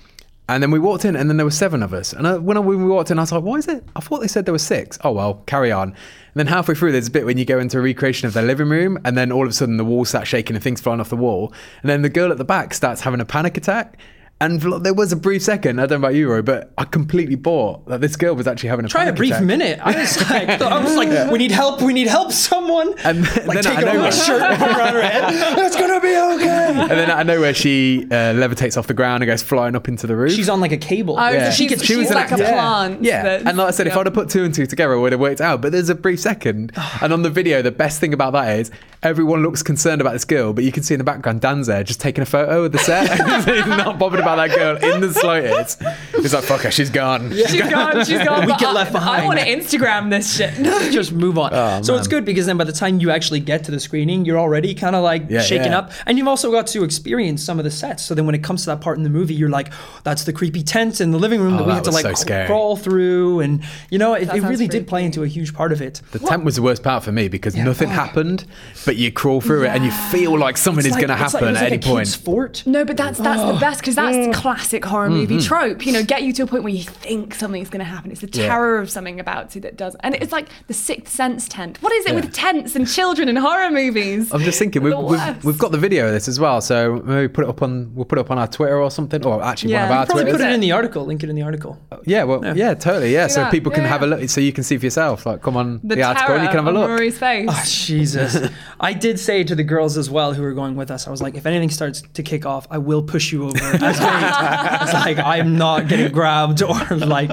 B: And then we walked in, and then there were seven of us. And I, when, I, when we walked in, I was like, "Why is it? I thought they said there were six. Oh well, carry on." And then halfway through, there's a bit when you go into a recreation of their living room, and then all of a sudden the wall starts shaking and things flying off the wall. And then the girl at the back starts having a panic attack. And for- there was a brief second, I don't know about you, Roy, but I completely bought that this girl was actually having a
A: Try a
B: panic
A: brief
B: attack.
A: minute. I was like, I was like, "We need help. We need help. Someone."
B: And
A: like
B: then I
A: taking off my
B: know what-
A: shirt and putting it around her head. It's gonna be okay.
B: And then I know where she uh, levitates off the ground and goes flying up into the roof.
A: She's on like a cable.
C: Oh,
B: Yeah.
C: so she's,
B: She gets-
A: she was
C: she's
A: an
C: like a
A: actor.
C: plant.
B: Yeah,
C: that's-
B: and like I said, if
C: yeah.
B: I'd have put two and two together, it would have worked out. But there's a brief second, and on the video, the best thing about that is everyone looks concerned about this girl, but you can see in the background Dan's there just taking a photo of the set. He's not bothered about that girl in the slightest. He's like, "Fuck her, she's gone."
C: She's gone. She's gone.
A: We
C: but
A: get
C: I-
A: left behind.
C: I want to Instagram this shit.
A: just move on. so
B: Oh, man.
A: it's good because then by the time you actually get to the screening, you're already kind of like
B: Yeah,
A: shaken
B: yeah.
A: up, and you've also got to experience some of the sets. So then when it comes to that part in the movie, you're like, "Oh, that's the creepy tent in the living room that we
B: Oh, that
A: had to
B: was
A: like
B: so
A: cr-
B: scary.
A: crawl through, and you know, it, it
C: sounds
A: really did play
C: creepy.
A: into a huge part of it.
B: The tent was the worst part for me because nothing happened, but you crawl through it and you feel like something
A: Oh. It's
B: is
A: like-
B: going to
A: it's like-
B: happen
A: it was
B: at
A: like
B: any
A: a
B: point.
A: kid's fort.
C: No, but that's that's
B: Oh.
C: the best because that's classic horror movie
B: Mm-hmm.
C: trope. You know, get you to a point where you think something's going to happen. It's the terror of something about you that does, and it's like the sixth sense tent. What is it
B: Yeah. Oh,
C: with tents and children in horror movies?
B: I'm just thinking we've,
C: The
B: we've,
C: worst.
B: we've got the video of this as well, so maybe put it up on we'll put it up on our Twitter or something, or actually
C: Yeah.
B: one of our
A: Probably
B: Twitters.
A: put it in the article. Link it in the article.
B: Yeah, well, yeah, totally. Yeah, so
C: that.
B: people can
C: Yeah,
B: have a
C: yeah.
B: look, so you can see for yourself. Like, come on
C: the
B: the, article,
C: terror
B: and you can have a
C: on
B: look.
C: Rory's face.
A: Oh, Jesus. I did say to the girls as well who were going with us, I was like, if anything starts to kick off, I will push you over. As great. it's like, I'm not getting grabbed or like.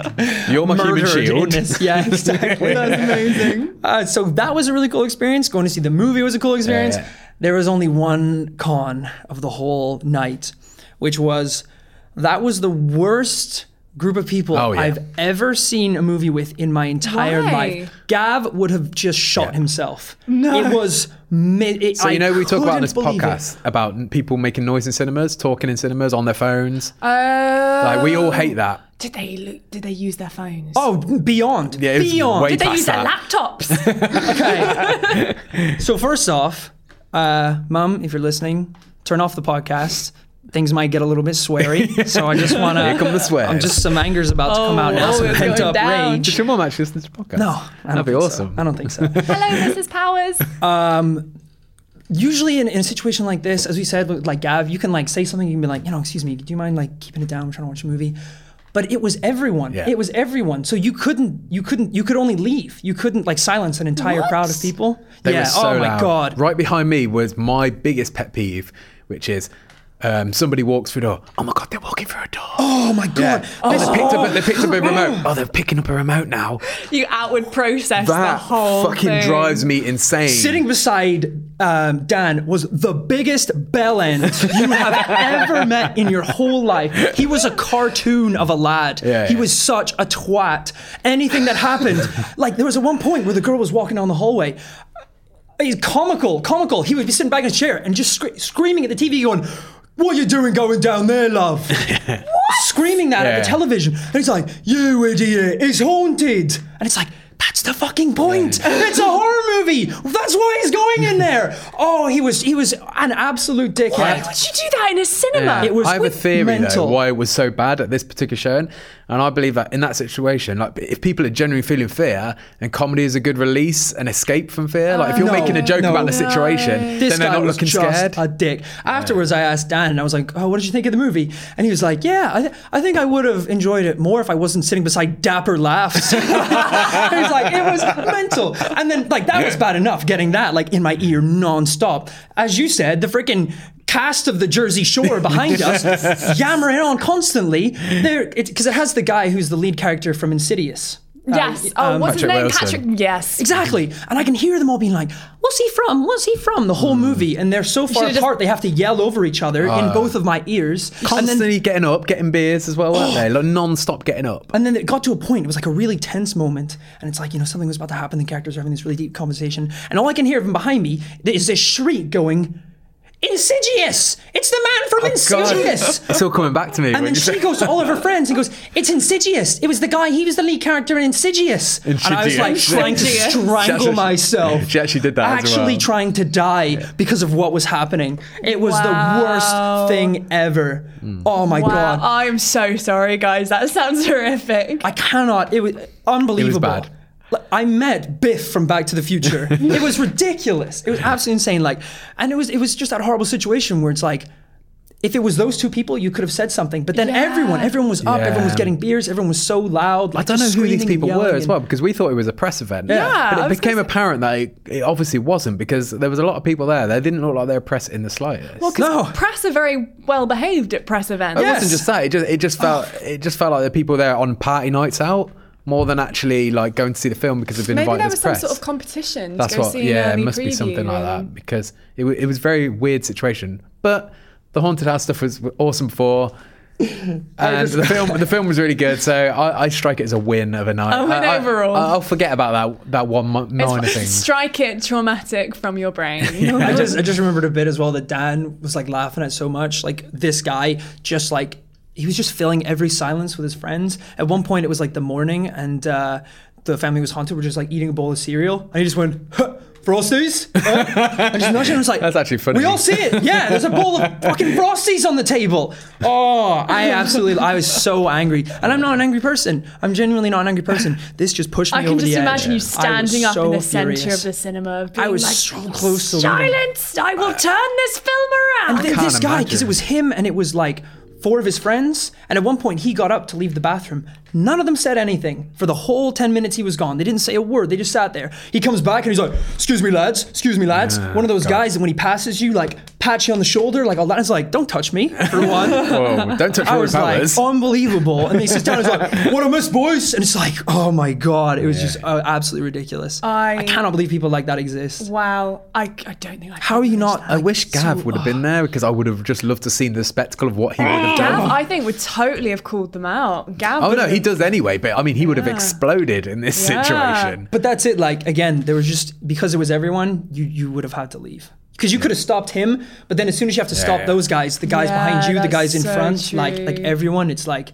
B: You're my human
A: murdered in
B: shield.
A: this. Yeah, exactly.
C: That's amazing.
A: Uh, so that was a really cool experience. Going to see the movie was a cool experience.
B: Yeah.
A: There was only one con of the whole night, which was that was the worst group of people
B: Oh, yeah.
A: I've ever seen a movie with in my entire
C: Why?
A: life. Gav would have just shot himself. No, it was. Mi- it,
B: So you know, we talk about on this
A: podcast.
B: podcast about n- people making noise in cinemas, talking in cinemas on their phones.
C: Uh,
B: like, we all hate that.
C: Did they lo- did they use their phones?
A: Oh, beyond.
B: Yeah, it was
A: beyond.
B: way
C: did they
B: past
C: use their
B: that.
C: laptops?
A: okay. so first off, uh, mum, if you're listening, turn off the podcast. Things might get a little bit sweary, so I just want to.
B: Here come the swears.
A: I'm just some anger's about to come out now.
C: Oh,
A: Some
C: it's
A: pent
C: going
A: up
C: down.
A: rage.
B: Does your mum actually listen to this podcast?
A: No, I don't
B: that'd be
A: think so.
B: awesome.
A: I don't think so.
C: Hello, Mrs. Powers.
A: Usually, in, in a situation like this, as we said, with, like Gav, you can like say something. You can be like, you know, excuse me, do you mind like keeping it down? We're trying to watch a movie. But it was everyone.
B: Yeah.
A: It was everyone. So you couldn't, you couldn't, you could only leave. You couldn't like silence an entire crowd of people.
B: They
A: yeah.
B: were so
A: oh my
B: loud.
A: god.
B: Right behind me was my biggest pet peeve, which is um, somebody walks through a door. Oh my god, they're walking through a door.
A: Oh my god.
B: Oh, they picked up. They picked up a remote. Oh, they're picking up a remote now.
C: You outward process the
B: That
C: whole
B: fucking
C: thing.
B: drives me insane.
A: Sitting beside um, Dan was the biggest bell end you have ever met in your whole life. He was a cartoon of a lad.
B: Yeah,
A: he
B: yeah.
A: was such a twat. Anything that happened, like there was at one point where the girl was walking down the hallway. He's comical, comical. He would be sitting back in his chair and just scre- screaming at the TV, going, "What are you doing going down there, love?" Screaming that at
B: Yeah.
A: the television, and he's like, "You idiot! It's haunted!" And it's like. That's the fucking point. It's a horror movie. That's why he's going in there. Oh, he was he was an absolute dickhead.
C: Why would you do that in a cinema?
A: It was
B: I have a
A: with
B: theory
A: mental.
B: though why it was so bad at this particular show, and I believe that in that situation, like if people are generally feeling fear, and comedy is a good release and escape from fear. Like if you're
A: No,
B: making a joke
A: no.
B: about the situation,
A: this
B: then they're
A: guy
B: not
A: was
B: looking
A: just
B: scared.
A: a dick. Afterwards, I asked Dan, and I was like, "Oh, what did you think of the movie?" And he was like, "Yeah, I, th- I think I would have enjoyed it more if I wasn't sitting beside Dapper Laughs." he was like, "It was mental." And then, like, that was bad enough getting that like in my ear nonstop. As you said, the freaking cast of the Jersey Shore behind us yammering on constantly. There, because it has the guy who's the lead character from Insidious.
C: yes. oh, what's his
B: Um, Patrick
C: name?
B: Wilson.
C: Patrick. Yes.
A: Exactly. And I can hear them all being like, what's he from? What's he from? The whole movie. And they're so far
C: should've
A: apart, they have to yell over each other in both of my ears. And
B: Constantly
A: then,
B: getting up, getting beers as well, weren't they? Like non-stop getting up.
A: and then it got to a point, it was like a really tense moment. And it's like, you know, something was about to happen. The characters are having this really deep conversation. And all I can hear from behind me is this shriek going, Insidious! It's the man from Insidious!
B: It's all coming back to me.
A: And then she goes to all of her friends and goes, "It's Insidious. It was the guy. He was the lead character in Insidious." And I was like
B: Insidious.
A: trying to
B: Insidious. She
A: strangle
B: actually-
A: myself.
B: she actually did that as
A: Actually
B: well.
A: trying to die because of what was happening. It was the worst thing ever. Oh my
C: Wow.
A: god!
C: I'm so sorry, guys. That sounds horrific.
A: I cannot. It was unbelievable.
B: bad.
A: Like, I met Biff from Back to the Future. it was ridiculous. It was absolutely insane. Like, and it was it was just that horrible situation where it's like, if it was those two people, you could have said something. But then
C: Yeah.
A: everyone, everyone was up. Everyone was
B: Yeah.
A: getting beers. Everyone was so loud. Like,
B: I don't know
A: just
B: who
A: screaming
B: these
A: and
B: people were
A: yelling
B: as
A: and-
B: well because we thought it was a press event.
C: Yeah, I
B: but it
C: was
B: became
C: gonna
B: apparent that it, it obviously wasn't because there was a lot of people there. They didn't look like they were press in the slightest.
C: Well, 'cause
A: No.
C: press are very well behaved at press events.
B: It
A: Yeah.
B: wasn't
A: Yes.
B: just that. It just it just felt it just felt like the people there on party nights out more than actually like going to see the film because they've been
C: Maybe
B: invited
C: there
B: to
C: was some
B: press.
C: sort of competition.
B: That's
C: to go
B: what.
C: See an
B: Yeah, it
C: early
B: must be
C: preview.
B: something like that because it wa- it was a very weird situation. But the haunted house stuff was awesome for. And the film, the film was really good, so I, I strike it as a win of a night.
C: A win
B: I, I-
C: Oh, overall.
B: I, will forget about that that one mi- minor
C: It's-
B: thing.
C: Strike it traumatic from your brain.
A: I just I just remembered a bit as well that Dan was like laughing at so much. Like this guy just like he was just filling every silence with his friends. At one point it was like the morning and uh the family was haunted, were just like eating a bowl of cereal. And he just went, huh, Frosties? Huh? And just nudged him, I was like,
B: That's actually funny.
A: We all see it. Yeah, there's a bowl of fucking Frosties on the table. Oh, I absolutely, I was so angry. And I'm not an angry person. I'm genuinely not an angry person. This just pushed me
C: I can
A: over
C: just
A: the edge.
C: imagine
A: I
C: you
A: was
C: standing up in
A: so
C: the center of
A: furious.
C: the cinema, being
A: I was
C: like,
A: so close to leaving.
C: "Silence! I will turn this film around."
A: Th-
B: can't
A: this guy because
B: imagine.
A: it was him and it was like four of his friends and at one point he got up to leave the bathroom none of them said anything for the whole 10 minutes he was gone they didn't say a word they just sat there he comes back and he's like excuse me lads excuse me lads one of those guys that when he passes you like pat you on the shoulder like all that is like don't touch me for one
B: Whoa, don't touch
A: I
B: Rory
A: was like,
B: Powers.
C: "Oh,
A: unbelievable. And he sits down and he's like, what a miss, boys. And it's like, oh my God. It was just uh, absolutely ridiculous.
C: I-
A: cannot believe people like that exist.
C: wow, I, I don't think I.
A: How are you not?
B: I wish Gav
A: so-
B: would have been there because I would have just loved to seen the spectacle of what he would have done.
C: Gav,
A: Oh.
C: I think would totally have called them out. Gav.
B: Oh
C: would
B: no,
C: have-
B: he does anyway. But I mean, he would have exploded in this
C: Yeah.
B: situation.
A: But that's it. Like again, there was just because it was everyone, you you would have had to leave because you could have stopped him. But then as soon as you have to stop
B: yeah.
A: those guys, the guys behind
C: Yeah,
A: you, the
C: that's
A: guys in
C: so
A: front, like
C: true.
A: like everyone, it's like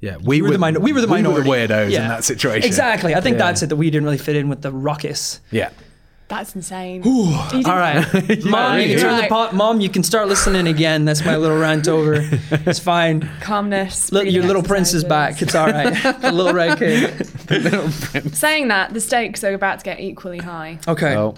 B: Yeah, we
A: we were the minor- we were the minority.
B: weirdos
A: Yeah.
B: in that situation.
A: Exactly. I think
B: Yeah.
A: that's it. That we didn't really fit in with the ruckus.
B: Yeah.
C: That's insane.
A: All right, mom,
B: really.
A: you can turn the
C: Right.
A: pot. Mom, you can start listening again. That's my little rant over. It's fine.
C: Calmness.
A: Look, your
C: breathing
A: little prince is
C: exercises.
A: back. It's all right. the little red king.
C: Saying that, the stakes are about to get equally high.
A: Okay.
B: Oh,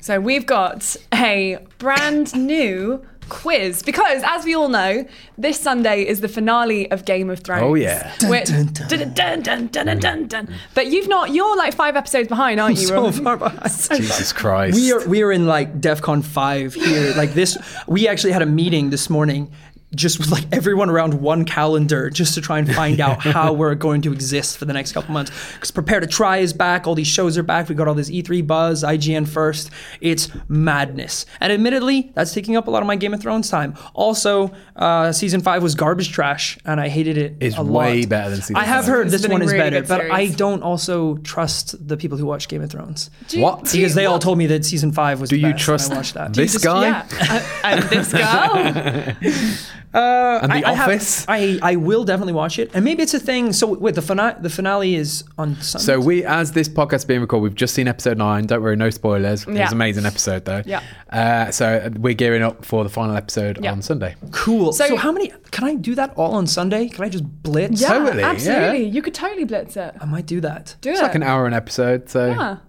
C: So we've got a brand new quiz because, as we all know, this Sunday is the finale of Game of Thrones.
B: Oh, yeah.
C: Which-
A: Dun, dun, dun.
C: dun, dun, dun, dun, dun, dun. But you've not. You're like five episodes behind, aren't you?
A: So
C: Rob?
A: far behind.
B: Jesus Christ.
A: We are we are in like DefCon five here. Like this, we actually had a meeting this morning just with like everyone around one calendar just to try and find out how we're going to exist for the next couple months. Because Prepare to Try is back, all these shows are back. We got all this E3 buzz, IGN first. It's madness. And admittedly, that's taking up a lot of my Game of Thrones time. Also, uh, season five was garbage trash, and I hated it.
B: It's
A: a
B: way
A: lot.
B: better than season
A: I have
B: five.
A: heard
C: It's
A: this
C: been a
A: one is
C: really
A: better,
C: good
A: but I
C: series.
A: don't also trust the people who watch Game of Thrones
B: What?
A: because they all told me that season five was.
B: Do
A: the
B: you
A: best,
B: trust
A: And I watched that.
B: this guy?
C: Yeah, I, am this girl.
B: and The
A: I, I have-
B: Office?
A: I, I will definitely watch it, and maybe it's a thing. So wait, the finale the finale is on Sunday.
B: So we, as this podcast being recorded, we've just seen episode nine. Don't worry, no spoilers. It was
C: Yeah.
B: an amazing episode though.
C: Yeah.
B: Uh, so we're gearing up for the final episode
C: Yeah.
B: on Sunday.
A: cool. So,
C: So-
A: how many? Can I do that all on Sunday? Can I just blitz?
C: Yeah,
B: Totally, yeah.
C: absolutely. You could totally blitz it.
A: I might do that.
C: Do
B: It's
C: it.
B: like an hour an episode. So
C: Yeah.
A: Ah,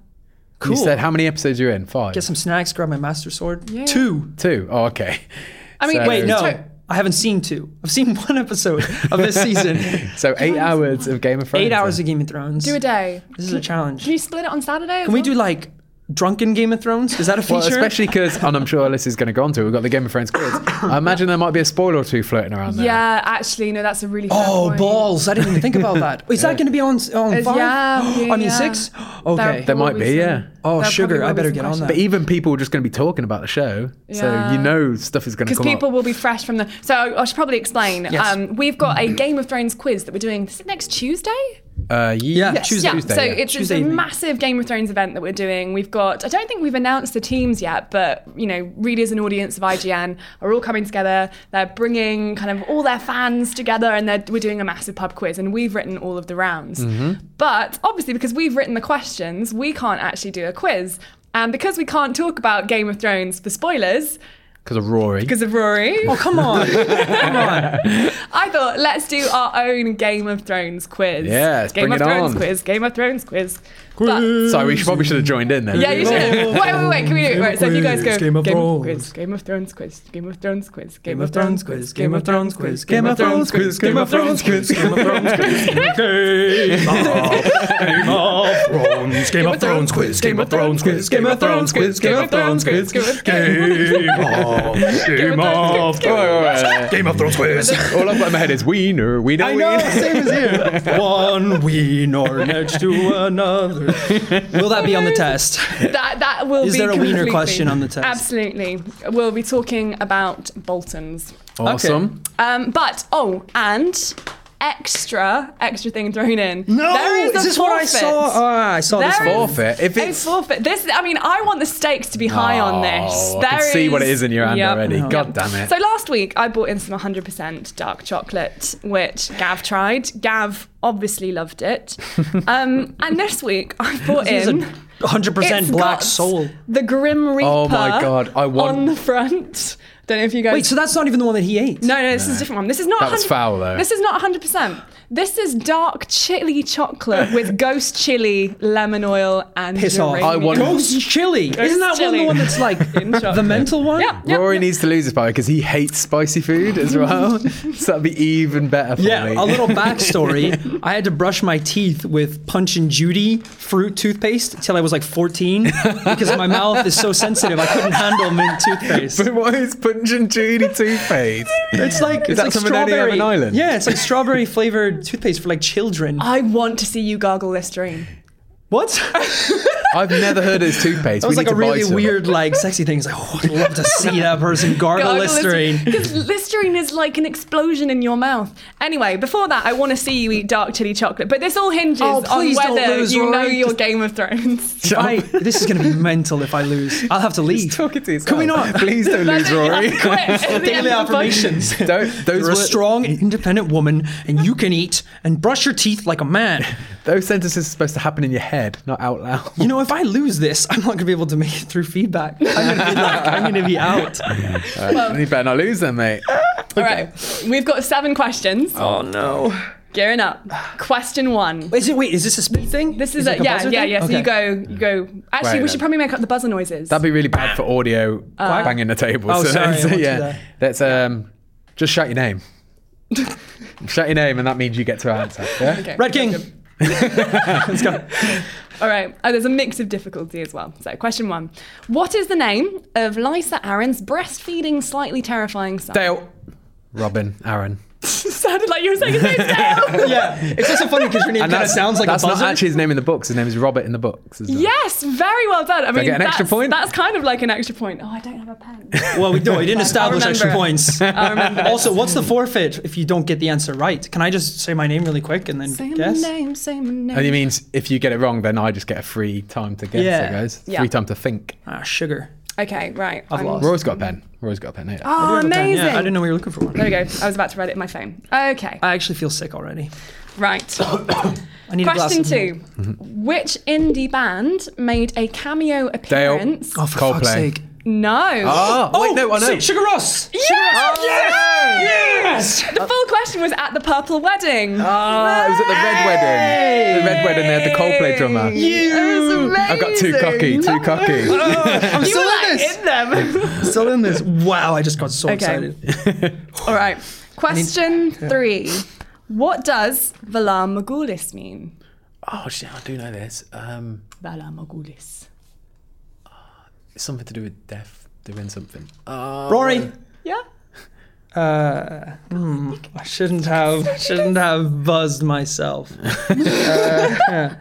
A: Cool.
B: you said how many episodes you're in? Five.
A: Get some snacks. Grab my master sword. Two.
B: Two. Oh, okay.
C: I mean,
B: So-
A: Wait, no.
C: So-
A: I haven't seen two. I've seen one episode of this season.
B: So eight hours of Game of Thrones.
A: Eight hours
B: then.
A: of Game of Thrones.
C: Do a day.
A: This is a challenge.
C: Can you split it on Saturday?
A: Can we do like drunken Game of Thrones? Is that a feature?
B: Well, especially because, and I'm sure Alice is going to go on to it, we've got the Game of Thrones quiz. I imagine there might be a spoiler or two floating around there.
C: Yeah, actually, no, that's a really. fair
A: Oh
C: point.
A: balls! I didn't even think about that. Is that going to be on on
C: It's-
A: five?
C: yeah, yeah,
A: I mean
C: yeah.
A: six. Okay.
B: There might
C: Probably
B: be,
C: some-
B: yeah.
A: oh
C: there
A: sugar!
C: probably
A: I
C: will be
A: better
C: some
A: get on
C: questions.
A: that.
B: But even people are just going to be talking about the show. So
C: Yeah.
B: you know stuff is going to
C: Because
B: come
C: people
B: up.
C: will be fresh from the. So I I should probably explain.
A: Yes.
C: Um, we've got a Game of Thrones quiz that we're doing is it next Tuesday.
B: Uh, yeah,
A: Yes,
B: Tuesday.
C: yeah,
B: Tuesday,
C: so
B: yeah.
C: it's, it's
A: Tuesday
C: a
A: evening.
C: massive Game of Thrones event that we're doing. We've got, I don't think we've announced the teams yet, but you know, readers and audience of IGN are all coming together. They're bringing kind of all their fans together, and they're, we're doing a massive pub quiz. And we've written all of the rounds,
B: Mm-hmm.
C: but obviously because we've written the questions, we can't actually do a quiz, and because we can't talk about Game of Thrones for spoilers
B: because of Rory.
C: because of Rory.
A: oh come on! come on!
C: I thought let's do our own Game of Thrones quiz.
B: Yes,
C: Game
B: bring
C: of
B: it
C: Thrones
B: on.
C: quiz. Game of Thrones quiz. But-
B: Sorry, we should, probably should have joined in then.
C: yeah, you should. Wait, wait, wait. Can we do it? Right, so if you guys go.
A: Quiz, Game of Thrones.
C: quiz. Game of Thrones quiz. Game of Thrones quiz.
A: Game of Thrones quiz. Game of Thrones quiz. Game of Thrones quiz. Game of Thrones quiz. Game of Thrones quiz.
F: Thrones, Game of Thrones quiz, Game of Thrones quiz, Game of Thrones quiz, Game of Thrones quiz, Game
C: Game
F: of
C: of Thrones Thrones
F: Game of
C: quiz.
B: Wait, wait, wait, wait.
F: Game of Thrones quiz.
B: All I've got in my head is wiener, wiener,
A: I know,
B: wiener.
A: same as you. One wiener next to another. Will that be on the test?
C: That that will
A: Is
C: be.
A: there a wiener
C: completely-
A: question on the test?
C: Absolutely. We'll be talking about Boltons.
B: Awesome.
C: Um, but oh, and extra extra thing thrown in.
A: No,
C: there is,
A: is
C: a
A: this what I
C: forfeit.
A: saw? Oh, I saw this
C: There
A: one.
C: is
B: Forfeit. If
C: a
B: it's-
C: forfeit. This, I mean, I want the stakes to be high on this.
B: Oh,
C: There
B: I can see what it is in your hand
C: Yep.
B: already.
C: Yep.
B: God damn it.
C: So last week I bought in some 100% dark chocolate, which Gav tried. Gav obviously loved it. Um, and this week I bought
A: This is
C: in.
A: a 100%
C: it's
A: black
C: got
A: soul.
C: The Grim Reaper.
B: Oh my God, I want-
C: on the front. Don't know if you guys.
A: Wait, so that's not even the one that he ate.
C: No, no, this is a different one. This is not.
B: That was
C: 100
B: foul, though.
C: This is not 100%. This is dark chili chocolate with ghost chili, lemon oil, and
A: Piss off.
B: I
C: geranium.
B: want-
A: Ghost chili. Isn't that one the
C: chili.
A: one that's like
C: In chocolate.
A: the mental one?
C: Yeah, yeah,
B: Rory
C: yeah.
B: needs to lose his power because he hates spicy food as well. so that'd be even better for
A: Yeah,
B: me.
A: a little backstory. I had to brush my teeth with Punch and Judy fruit toothpaste till I was like 14 because my mouth is so sensitive I couldn't handle mint toothpaste.
B: But what is Punch and Judy toothpaste?
A: It's like it's
B: that
A: like
B: something only on
A: strawberry.
B: an island?
A: Yeah, it's like strawberry flavored toothpaste for like children.
C: I want to see you gargle this dream.
A: What?
B: I've never heard of this toothpaste.
A: That
B: we
A: was like
B: need
A: a
B: to buy
A: really
B: some.
A: weird, like sexy thing. It's like, oh, I'd love to see that person gargle Listerine.
C: Because Listerine is like an explosion in your mouth. Anyway, before that, I want to see you eat dark chili chocolate. But this all hinges
A: Oh,
C: on
A: please don't
C: whether
A: lose,
C: you know
A: Rory.
C: your Game of Thrones.
A: I, this is going to be mental if I lose. I'll have to leave.
B: Talking to
A: Can we
B: yourself.
A: not?
B: Please don't lose Rory.
A: Daily
C: Daily
A: affirmations.
B: Don't, those,
A: You're a
B: were-
A: strong, independent woman, and you can eat and brush your teeth like a man.
B: those sentences are supposed to happen in your head, not out loud.
A: You know, if I lose this, I'm not gonna be able to make it through feedback. I'm gonna be like, I'm gonna be out.
B: you better not lose them, mate.
C: All right, we've got seven questions.
A: Oh no!
C: Gearing up. Question one.
A: Is it? Wait, is this a speed thing?
C: This is, a,
A: like
C: yeah,
A: buzzer
C: yeah,
A: thing?
C: yeah. So
A: Okay.
C: you go, you go. Actually,
B: Wait,
C: we
B: no.
C: should probably make up the buzzer noises.
B: That'd be really bad for audio banging the table.
A: Oh, sorry, I
B: so,
A: won't do
B: yeah,
A: that.
B: let's um, just shout your name. shout your name, and that means you get to answer. Yeah?
C: okay.
A: Red King. Let's go.
C: All right. Oh, there's a mix of difficulty as well. So, question one: What is the name of Lysa Aaron's breastfeeding, slightly terrifying son?
B: Dale. Robin, Aaron.
C: sounded like you were saying his name now.
A: yeah, it's also funny because your name kind of
B: that's-
A: sounds like
B: that's
A: a
B: not
A: buzzer.
B: actually his name in the books. His name is Robert in the books. Isn't it?
C: Yes, very well done. I mean,
B: get an extra
C: that's,
B: point?
C: that's kind of like an extra point. Oh, I don't have a pen.
A: well, we, no, we didn't establish
C: I'll
A: extra
C: remember it.
A: points.
C: I remember. this.
A: Also, what's the forfeit if you don't get the answer right? Can I just say my name really quick and then
C: Say my
A: guess?
C: name, say my name.
B: And he means if you get it wrong, then I just get a free time to guess,
A: Yeah.
B: I guess.
C: Yeah.
B: Free time to think.
A: Ah, sugar.
C: Okay, right.
A: I've
C: I'm-
A: lost.
B: Roy's got a pen. Roy's got a pen here.
C: Oh,
A: Yeah,
C: amazing.
A: I didn't know we were looking for one.
C: There we go. I was about to write it in my phone.
B: Uh,
C: Okay,
A: I actually feel sick already.
C: right.
A: I need a
C: Question
A: glass of milk.
C: two.
B: Mm-hmm.
C: Which indie band made a cameo
B: Dale.
C: appearance?
A: Oh, for
B: Coldplay.
A: fuck's sake.
C: No.
B: Oh, wait, no, I know.
A: Su- Sugar Ross.
C: Yes!
A: Yes.
C: The full question was at the Purple Wedding.
B: Ah, it was at the Red Wedding. The Red Wedding, they had the Coldplay drummer. I got too cocky, too cocky.
A: I'm
C: You were
A: still in
C: like
A: this.
C: in them.
A: Still in this. Wow, I just got so excited.
C: All right. Question three. What does Valar Morghulis mean?
B: oh, shit, I do know this. Um,
C: Valar Morghulis.
B: it's something to do with death, doing something.
A: Rory.
C: Yeah.
A: Uh, hmm, I shouldn't have shouldn't have buzzed myself. Uh,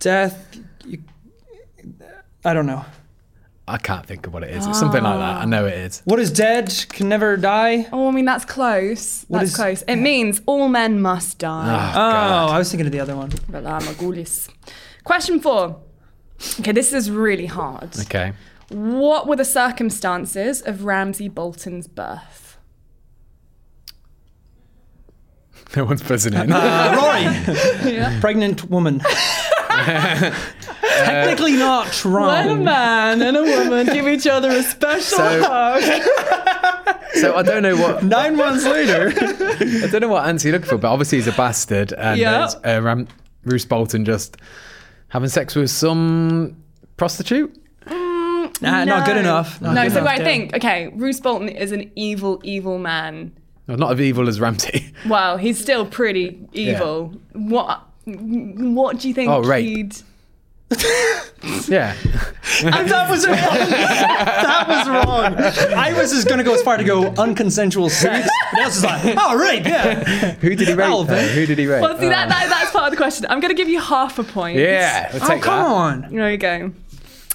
A: death. You, I don't know.
B: I can't think of what it is. It's something like that. I know it is. Oh,
A: What is dead can never die.
C: Oh, I mean, that's close. that's
A: is-
C: close. It means all men must die.
B: Oh,
A: Oh,
B: God.
A: I was thinking of the other one.
C: Valar Morghulis. Question four. Okay, this is really hard.
B: Okay.
C: What were the circumstances of Ramsay Bolton's birth?
B: No one's buzzing in.
A: Uh, Rory. Pregnant woman. Technically not wrong.
C: man and a woman give each other a special
B: So, so I don't know what
A: Nine months later.
B: I don't know what answer you're looking for, but obviously he's a bastard, and
C: Yeah.
B: there's, uh, Ram- Bruce Bolton just having sex with some prostitute.
A: Nah, not good enough. Not
C: no,
A: good
C: so
A: enough,
C: I
A: yeah.
C: think, okay, Roose Bolton is an evil, evil man.
B: Well, not as evil as Ramsey.
C: Well, he's still pretty evil. What what do you think
B: Oh, rape.
C: he'd
B: yeah,
A: that was wrong. that was wrong. I was just gonna go as far to go unconsensual sex. But else is like, oh right, yeah.
B: who did he rape?
A: Alvin.
B: though? Who did he rape?
C: Well see that,
B: Oh.
C: that that's part of the question. I'm gonna give you half a point.
B: yeah, we'll
A: Oh
B: take that.
A: come on.
C: There you go.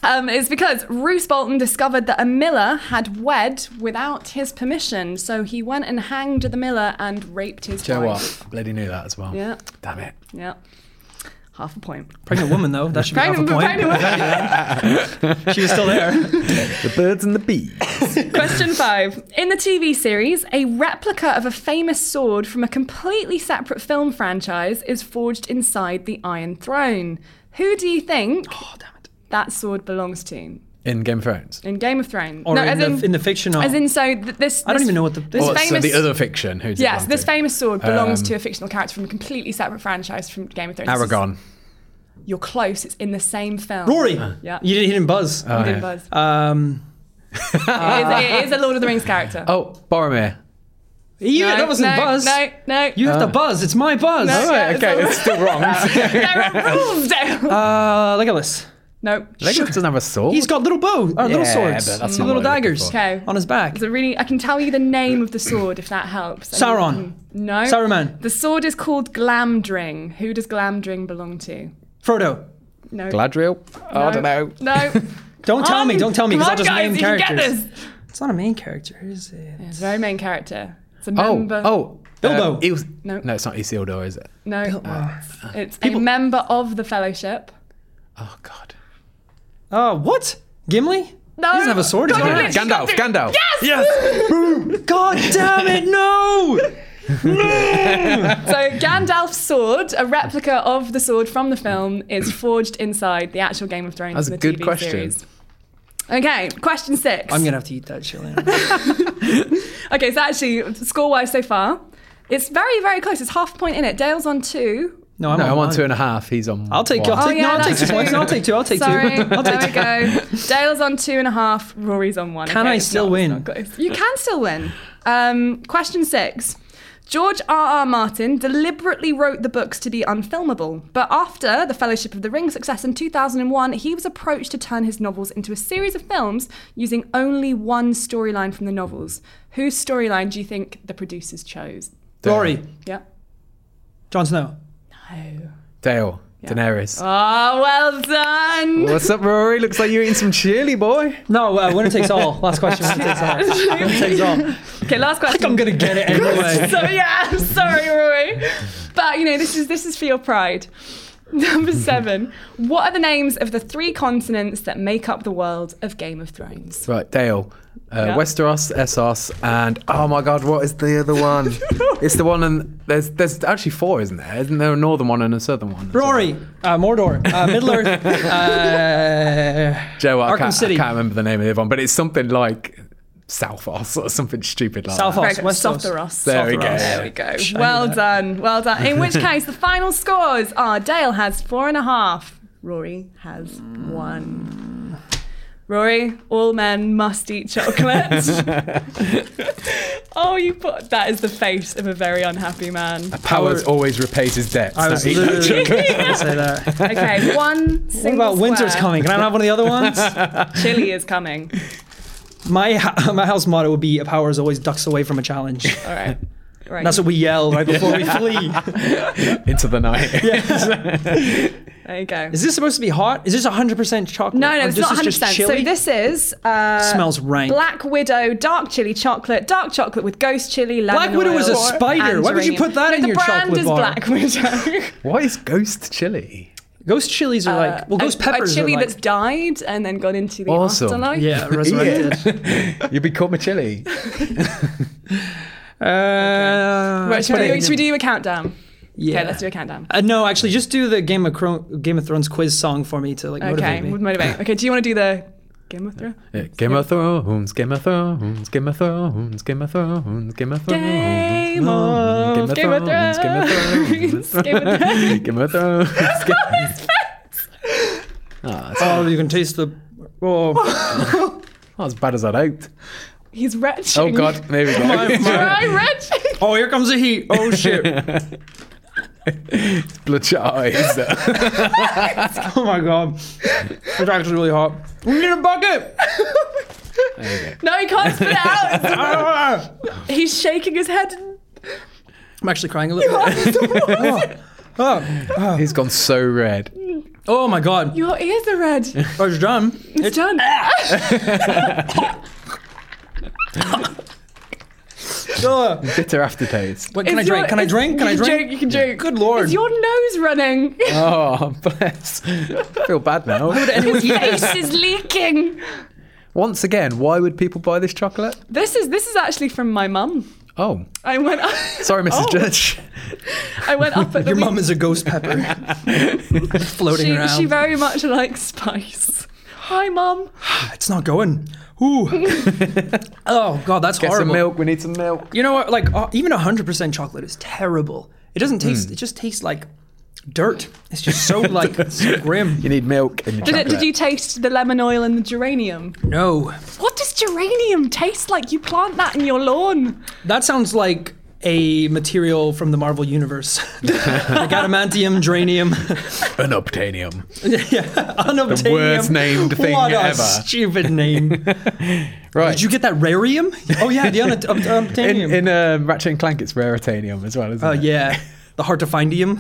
C: Um, it's because Roose Bolton discovered that a miller had wed without his permission, so he went and hanged the miller and raped his
B: Do you know
C: wife.
B: what? Lady knew that as well.
C: Yeah.
B: Damn it.
C: Yeah. Half a point.
A: Pregnant woman though. That should be half a
C: Pregnant,
A: point.
C: pregnant woman.
A: She was still there.
B: The birds and the bees.
C: Question five. In the TV series, a replica of a famous sword from a completely separate film franchise is forged inside the Iron Throne. Who do you think
A: Oh,
C: that sword belongs to?
B: In Game of Thrones.
C: In Game of Thrones.
A: Or
C: no,
A: in,
C: as
A: the,
C: in,
A: in the fictional.
C: as in, so th- this.
A: Oh. I don't
C: this-
A: even know what the-
C: this
A: Well,
B: What's uh,
C: famous.
B: the other fiction? Who's
C: Yes, this
B: to?
C: famous sword belongs
B: Um,
C: to a fictional character from a completely separate franchise from Game of Thrones. This is-
B: Aragon.
C: You're close. It's in the same film.
A: Rory.
C: Yeah. Uh.
A: You didn't, he didn't buzz.
B: Oh,
C: Didn't
B: yeah.
C: buzz.
A: um,
C: it, is, it is a Lord of the Rings character.
B: Oh, Boromir.
A: Ah. you,
C: No,
A: that wasn't
C: no,
A: buzz.
C: No, no.
A: You have to buzz. It's my buzz.
C: No.
B: All right,
C: Yeah,
B: okay, it's still wrong.
C: There are rules, Dale.
A: Uh, Legolas.
C: nope.
B: Legolas doesn't have a sword.
A: He's got little bow, or
B: Yeah,
A: little swords,
B: but that's
A: two
B: not
A: little
B: what I'm looking
A: daggers
B: for.
C: Okay.
A: on his back.
C: It's a really. I can tell you the name of the sword if that helps. I mean,
A: Sauron.
C: No.
A: Saruman.
C: The sword is called Glamdring. Who does Glamdring belong to?
A: Frodo.
C: No.
B: Gladriel. Oh, I don't know.
C: No.
A: Don't tell me. Don't tell me. Because I'll
C: Come on,
A: just
C: guys,
A: name
C: you can
A: characters.
C: get this.
A: It's not a main character, is it?
C: It's a very main character. It's a
B: Oh,
C: member.
B: oh.
A: Bilbo.
B: Um, it was,
C: No.
B: no. it's not Isildur, is it?
C: No.
A: Wow.
C: It's a member of the Fellowship.
B: Oh God.
A: Uh, what? Gimli?
C: No.
A: He doesn't have a sword.
C: God,
A: he's not
C: you
A: a-
C: literally
B: Gandalf,
C: got
B: Gandalf.
C: Yes.
A: God damn it! No.
C: So Gandalf's sword, a replica of the sword from the film, is forged inside the actual Game of Thrones.
B: That's
C: and
B: a
C: the
B: good
C: TV
B: question.
C: Series. Okay, question 6
A: I'm gonna have to eat that chili.
C: Okay, so actually, score-wise so far, it's very, very close. It's half a point in it. Dale's on two.
A: No, I'm
B: No, I'm on two
A: one.
B: and a half. He's on.
A: I'll take. I'll
B: one.
A: take.
C: Oh, yeah,
A: no, I'll take
C: that's
A: two points. No, I'll take two. I'll take
C: Sorry,
A: two. I'll
C: there
A: take
C: we
A: two.
C: go. Dale's on two and a half. Rory's on one.
A: Can
C: Okay,
A: I
C: it's
A: still
C: not- it's
A: win?
C: not close. You can still win. Um, question six. George R. R. Martin deliberately wrote the books to be unfilmable, but after the Fellowship of the Ring success in 2001, he was approached to turn his novels into a series of films using only one storyline from the novels. Whose storyline do you think the producers chose?
A: Rory,
C: Yeah.
A: Jon Snow.
B: Dale, Daenerys.
C: Ah, Oh, well done.
B: What's up, Rory? Looks like you're eating some chili, boy.
A: No, uh, winner takes all. Last question. Winner takes all. Winner takes all.
C: Okay, last question.
A: I'm gonna get it anyway.
C: so yeah, I'm sorry, Rory. But you know, this is this is for your pride. Number seven. What are the names of the three continents that make up the world of Game of Thrones?
B: Right, Dale. Uh,
C: Yeah.
B: Westeros, Essos, and oh my God, what is the other one? it's the one, and there's there's actually four, isn't there? Isn't there a northern one and a southern one?
A: Rory, uh, Mordor, uh, Middle Earth, uh,
B: Joe, I
A: Arkham
B: can't,
A: City.
B: I can't remember the name of the other one, but it's something like Southos or something stupid like
A: Southos.
B: that.
A: West Coast.
C: Sothoros.
B: There we go.
C: There we go. Well done. Well done. In which case, the final scores are Dale has four and a half, Rory has one. Rory, all men must eat chocolate. oh, you put that is the face of a very unhappy man.
B: Powers always repays his debts.
A: I was
B: Now, eat that
A: literally
B: chocolate.
A: going to say that.
C: Okay, one
A: What
C: single
A: about winter's
C: square.
A: coming? Can I have one of the other ones?
C: Chili is coming.
A: My ha- my house motto would be: "A power is always ducks away from a challenge."
C: All right. Right.
A: That's what we yell right before we flee.
B: into the night.
C: there you go.
A: Is this supposed to be hot? Is this 100% chocolate?
C: No, no,
A: Or
C: it's
A: this
C: not
A: is
C: 100%.
A: just chili?
C: So this is uh,
A: Smells rank.
C: Black Widow, dark chili chocolate, dark chocolate with ghost chili, lemon
A: Black Widow
C: oil,
A: is a spider.
C: and
A: Why would you
C: geranium.
A: put that
C: no,
A: in
C: the
A: your
C: brand
A: chocolate
C: is
A: bar?
C: Black Widow.
B: What is ghost chili?
A: Ghost chilies are like well,
C: uh, A-
A: ghost peppers
C: A chili
A: are like,
C: that's died and then gone into the
B: Awesome.
C: afterlife.
A: yeah, resurrected.
B: You become a chili.
A: Uh,
C: Right, should,
A: put
C: we
A: it
C: do,
A: in-
C: should we do a countdown?
A: Yeah.
C: Okay, let's do a countdown.
A: Uh, no, actually, just do the Game of Cro- Game of Thrones quiz song for me to like
C: Okay,
A: motivate me.
C: would motivate. Okay, do you want to do the Game of Thrones?
B: Yeah, Uh, Game of Thrones, Game of Thrones, Game of Thrones, Game of Thrones, Game of Thrones.
C: Game of Game of Thrones.
B: Game of Thrones.
C: Game of Thrones.
B: Game of Thrones. Game- Ah, that's
A: Oh, you can taste the. Oh,
B: not as bad as I'd hoped.
C: He's retching.
B: Oh God, there we go.
C: Dry retching.
A: oh, here comes the heat. Oh shit.
B: Bloodshot eyes.
A: oh my god. It's actually really hot. We need a bucket.
C: No, he can't spit it out.
A: Ah!
C: He's shaking his head.
A: I'm actually crying a little bit. oh, oh.
B: He's gone so red.
A: Oh my god.
C: Your ears are red.
A: I was done.
C: It's done.
A: Ah, Oh,
B: Bitter aftertaste.
A: Wait, can I
C: Is
A: drink?
C: your-
A: Can I
C: is-
A: drink? Can I
C: you
A: drink?
C: You can drink.
A: Good lord. Uh,
C: Is your nose running?
B: Oh, bless. Feel bad now.
A: Anyone eat
C: His face is leaking.
B: Once again, why would people buy this chocolate?
C: This is this is actually from my mum.
B: Oh,
C: I went. Up,
B: sorry, Mrs.
C: Oh.
B: Judge.
C: I went up at the
A: Your
C: week-
A: mum is a ghost pepper floating
C: She,
A: around.
C: she very much likes spice. Hi, mum.
A: it's not going. Ooh. oh god, that's
B: Get some
A: horrible.
B: milk. We need some milk.
A: You know what? Like uh, even 100% chocolate is terrible. It doesn't
B: Hmm.
A: taste. It just tastes like dirt. It's just so like so grim.
B: You need milk and
C: Did,
B: chocolate.
C: it, did you taste the lemon oil and the geranium?
A: No,
C: What does geranium taste like? You plant that in your lawn.
A: that sounds like a material from the Marvel universe. like adamantium, geranium.
B: Unobtainium.
A: Unobtainium.
B: The worst named thing
A: what a
B: ever.
A: stupid name.
B: Right.
A: Did you get that rarium? Oh yeah, the unobtainium. Un- unobtainium.
B: in, in um, Ratchet and Clank, it's raritanium as well, isn't
A: oh
B: it?
A: yeah, the hard to findium.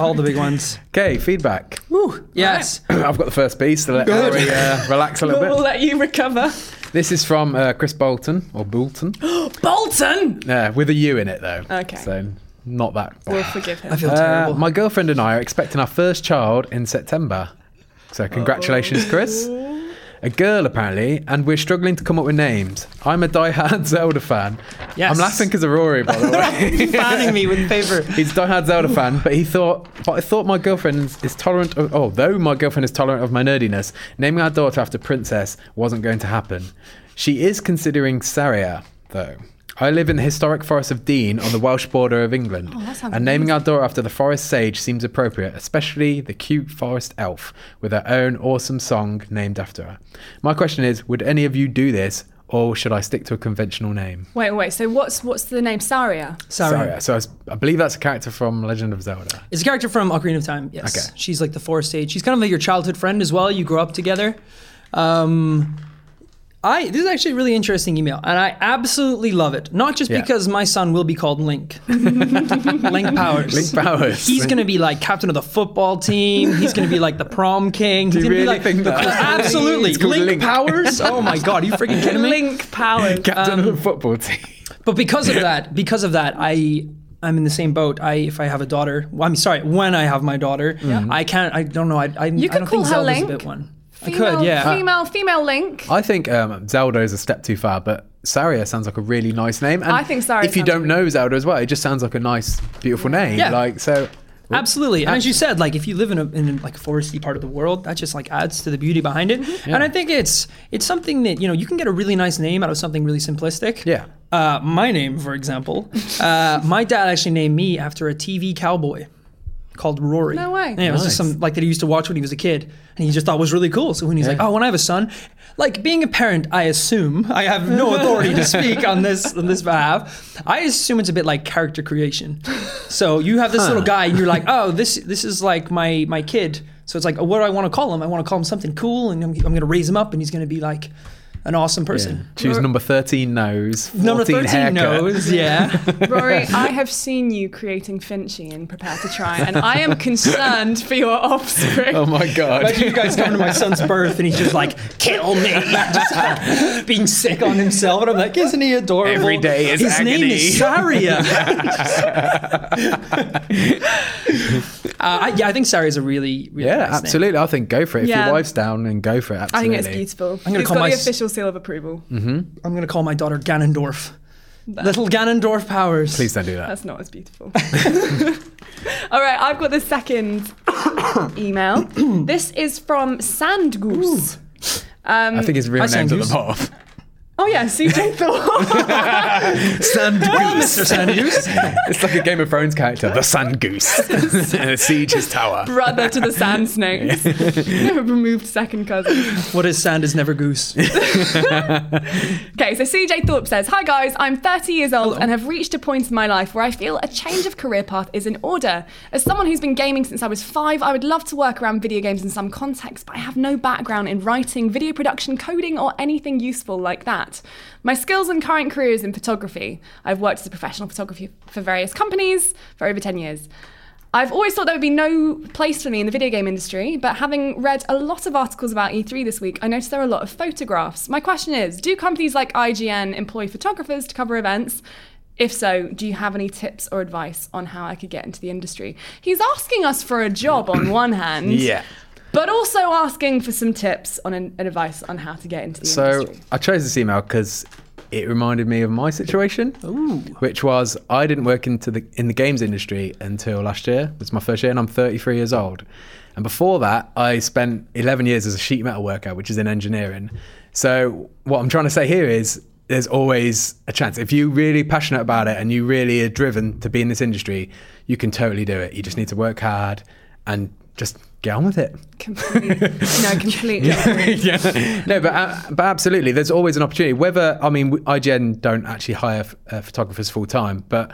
A: All the big ones.
B: Okay, feedback.
A: Woo. Yes.
B: I've got the first piece to let Harry uh, relax a
C: We'll,
B: little bit.
C: let you recover.
B: This is from uh, Chris Bolton, or Bolton,
C: Bolton.
B: uh, with a U in it though.
C: Okay.
B: So not that
C: We'll
B: bad.
C: forgive him.
A: I feel
B: Uh,
A: terrible.
B: my girlfriend and I are expecting our first child in September. So congratulations, Chris. A girl apparently, and we're struggling to come up with names. I'm a die-hard Zelda fan.
A: Yes.
B: I'm laughing because of Rory, by the way.
A: fanning me with paper.
B: He's a die-hard Zelda fan, but he thought, but I thought my girlfriend is- is tolerant of. Oh, though my girlfriend is tolerant of my nerdiness, naming our daughter after princess wasn't going to happen. She is considering Saria, though. I live in the historic forest of Dean on the Welsh border of England,
C: sounds
B: and naming our daughter after the forest sage seems appropriate, especially the cute forest elf with her own awesome song named after her. My question is, would any of you do this? or should I stick to a conventional name?
C: Wait, wait. So what's what's the name Saria?
A: Sorry.
B: Saria. So I, s- I believe that's a character from Legend of Zelda.
A: It's a character from Ocarina of Time. Yes.
B: Okay.
A: She's like the forest age. She's kind of like your childhood friend as well. You grow up together. Um, I this is actually a really interesting email, and I absolutely love it. Not just
B: Yeah.
A: because my son will be called Link, Link Powers.
B: Link Powers.
A: He's gonna be like captain of the football team. He's gonna be like the prom king. He's
B: you
A: gonna be
B: really
A: like
B: think that?
A: absolutely
B: It's called
A: Link,
B: Link.
A: Powers. Oh my god, are you freaking kidding me?
C: Link Powers.
B: captain of the football team.
A: But because of that, because of that, I I'm in the same boat. I if I have a daughter, well, I'm sorry, when I have my daughter, I can't. I don't know. I I, you I
C: could
A: don't think
C: call her
A: Zelda's
C: Link.
A: a bit one. I
C: Female,
A: could, yeah.
C: Female, female Link.
B: I think um, Zelda is a step too far, but Saria sounds like a really nice name. And
C: I think Saria
B: If you
C: sounds
B: don't
C: really-
B: know Zelda as well, it just sounds like a nice, beautiful name.
A: Yeah.
B: Like so.
A: Absolutely, and as you said, like if you live in a in like a foresty part of the world, that just like adds to the beauty behind it.
C: Mm-hmm.
A: And I think it's it's something that you know you can get a really nice name out of something really simplistic.
B: Yeah.
A: Uh, my name, for example, uh, my dad actually named me after a TV cowboy called Rory.
C: No way.
A: Yeah, it was just
B: Nice.
A: some like that he used to watch when he was a kid, and he just thought was really cool. So when he's like, "Oh, when I have a son," like being a parent, I assume I have no authority to speak on this on this behalf. I assume it's a bit like character creation. So you have this little guy, and you're like, "Oh, this this is like my my kid." So it's like, oh, what do I want to call him? I want to call him something cool, and I'm, I'm going to raise him up, and he's going to be like an awesome person.
B: Choose number thirteen nose. 14
A: Number 13
B: haircut.
A: knows, yeah.
C: Rory, I have seen you creating Finchy and Prepare to Try, and I am concerned for your offspring.
B: Oh my god.
A: Imagine you guys come to my son's birth and he's just like, kill me, just being sick on himself. And I'm like, isn't he adorable?
B: Every day is
A: His name
B: agony.
A: is Saria. uh, I, yeah, I think Saria's a really, really
B: Yeah,
A: nice name.
B: absolutely. I think go for it. If
C: Yeah.
B: your wife's down, then go for it.
C: I
B: Absolutely.
C: think it's beautiful.
A: gonna
C: it's
A: call
C: got
A: my
C: the
A: s-
C: official seal of approval.
A: I'm going to call my daughter Ganondorf. Little Ganondorf powers.
B: Please don't do that.
C: That's not as beautiful. All right, I've got the second email. this is from Sand Goose. Um,
B: I think his real
A: I
B: name's at
A: sang
B: the
A: Goose.
B: bottom.
C: oh yeah, CJ Thor.
B: Sand
A: Mr. Sanders.
B: it's like a Game of Thrones character, the Sand Goose. and it sieges tower.
C: brother to the sand snakes. Removed second cousin.
A: what is sand is never goose.
C: Okay, so CJ Thorpe says, Hi guys, I'm 30 years old and have reached a point in my life where I feel a change of career path is in order. As someone who's been gaming since I was five, I would love to work around video games in some context, but I have no background in writing, video production, coding, or anything useful like that. My skills and current career is in photography. I've worked as a professional photographer for various companies for over 10 years. I've always thought there would be no place for me in the video game industry, but having read a lot of articles about E3 this week, I noticed there are a lot of photographs. My question is do companies like IGN employ photographers to cover events? If so, do you have any tips or advice on how I could get into the industry? He's asking us for a job on one hand.
B: Yeah.
C: But also asking for some tips on an, and advice on how to get into the
B: So
C: industry.
B: I chose this email because it reminded me of my situation, which was I didn't work into the in the games industry until last year. It's my first year, and I'm 33 years old. And before that, I spent 11 years as a sheet metal worker, which is in engineering. So what I'm trying to say here is there's always a chance. If you're really passionate about it and you really are driven to be in this industry, you can totally do it. You just need to work hard and just get on with it
C: Completely. no, completely.
B: yeah. No, but uh, but absolutely, there's always an opportunity. Whether I mean, IGN don't actually hire uh, photographers full time, but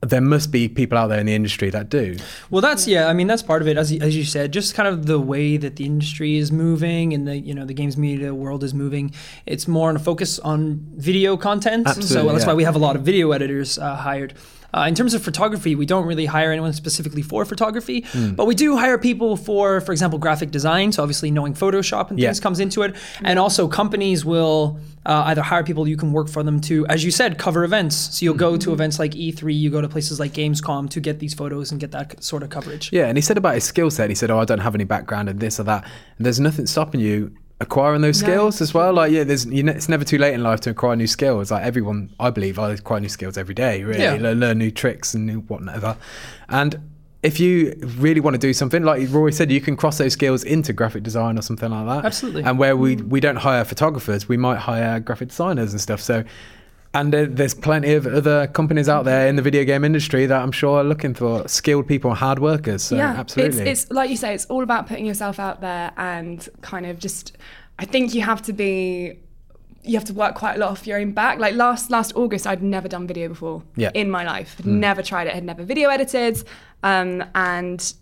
B: there must be people out there in the industry that do.
A: Well, that's yeah. I mean, that's part of it, as as you said, just kind of the way that the industry is moving and the you know the games media world is moving. It's more on a focus on video content,
B: Absolutely,
A: so that's
B: yeah.
A: why we have a lot of video editors uh, hired. Uh, in terms of photography, we don't really hire anyone specifically for photography, but we do hire people for, for example, graphic design. So obviously, knowing Photoshop and
B: Yeah.
A: things comes into it, and also companies will uh, either hire people you can work for them to, as you said, cover events. So you'll go to events like E3, you go to places like Gamescom to get these photos and get that c- sort of coverage.
B: Yeah, and he said about his skill set. He said, "Oh, I don't have any background in this or that." And there's nothing stopping you acquiring those skills as well. Like, yeah, there's you know, it's never too late in life to acquire new skills. Like everyone, I believe, I acquire new skills every day. Really,
A: Yeah.
B: Le- learn new tricks and new whatever. And if you really want to do something, like Rory said, you can cross those skills into graphic design or something like that.
A: Absolutely.
B: And where we we don't hire photographers, we might hire graphic designers and stuff. So. And there- there's plenty of other companies out there in the video game industry that I'm sure are looking for skilled people, and hard workers. So absolutely,
C: It's, it's like you say, it's all about putting yourself out there and kind of just. I think you have to be. you have to work quite a lot off your own back. Like last last August, I'd never done video before
B: Yeah. Mm.
C: in my life. Had Never tried it. Had never video edited, um, and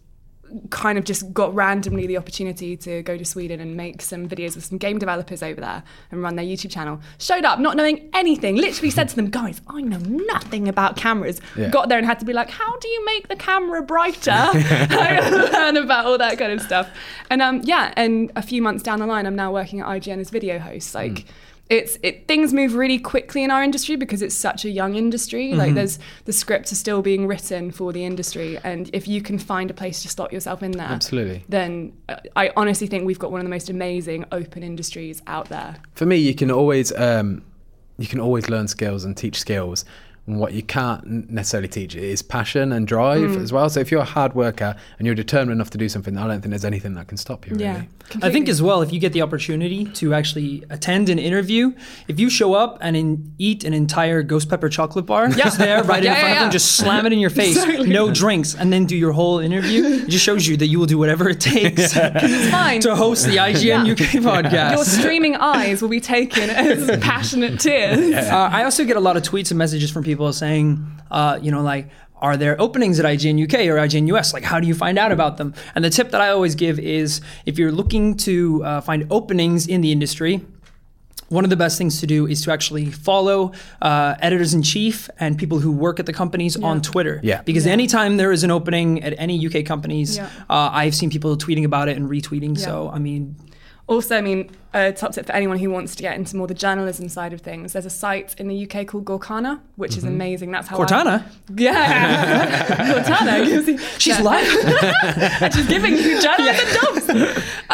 C: kind of just got randomly the opportunity to go to Sweden and make some videos with some game developers over there and run their YouTube channel. Showed up not knowing anything. Literally said to them, guys, I know nothing about cameras.
B: Yeah.
C: Got there and had to be like, how do you make the camera brighter? I learn about all that kind of stuff. And um, yeah, and a few months down the line, I'm now working at IGN as video host. Like.
B: Mm.
C: It's it things move really quickly in our industry because it's such a young industry. Like
A: Mm-hmm.
C: there's the scripts are still being written for the industry, and if you can find a place to slot yourself in there,
B: Absolutely.
C: then uh, I honestly think we've got one of the most amazing open industries out there.
B: for me, you can always um, you can always learn skills and teach skills. And what you can't n- necessarily teach is passion and drive as well. So if you're a hard worker and you're determined enough to do something, I don't think there's anything that can stop you. Really.
C: Yeah,
A: I think as well, if you get the opportunity to actually attend an interview, if you show up and in, eat an entire ghost pepper chocolate bar, just there, right
C: Yeah,
A: in front
C: yeah,
A: of them,
C: yeah.
A: just slam it in your face, no drinks, and then do your whole interview, it just shows you that you will do whatever it takes
C: it's fine.
A: to host the IGN UK
C: Your
A: podcast.
C: streaming eyes will be taken as passionate tears.
A: Uh, I also get a lot of tweets and messages from people saying, uh, you know, like, are there openings at IGN UK or IGN US? Like, how do you find out about them? And the tip that I always give is if you're looking to uh, find openings in the industry, one of the best things to do is to actually follow uh, editors in chief and people who work at the companies on Twitter.
B: Yeah.
A: Because anytime there is an opening at any UK companies,
C: Yeah.
A: uh, I've seen people tweeting about it and retweeting. So,
C: Yeah.
A: I mean,
C: Also, I mean, a top tip for anyone who wants to get into more the journalism side of things. There's a site in the UK called Gorkana, which is amazing. That's how I-
A: Mm-hmm. Cortana,
C: yeah, Cortana. gives you-
A: she's
C: Yeah.
A: live.
C: And she's giving you journalism jobs.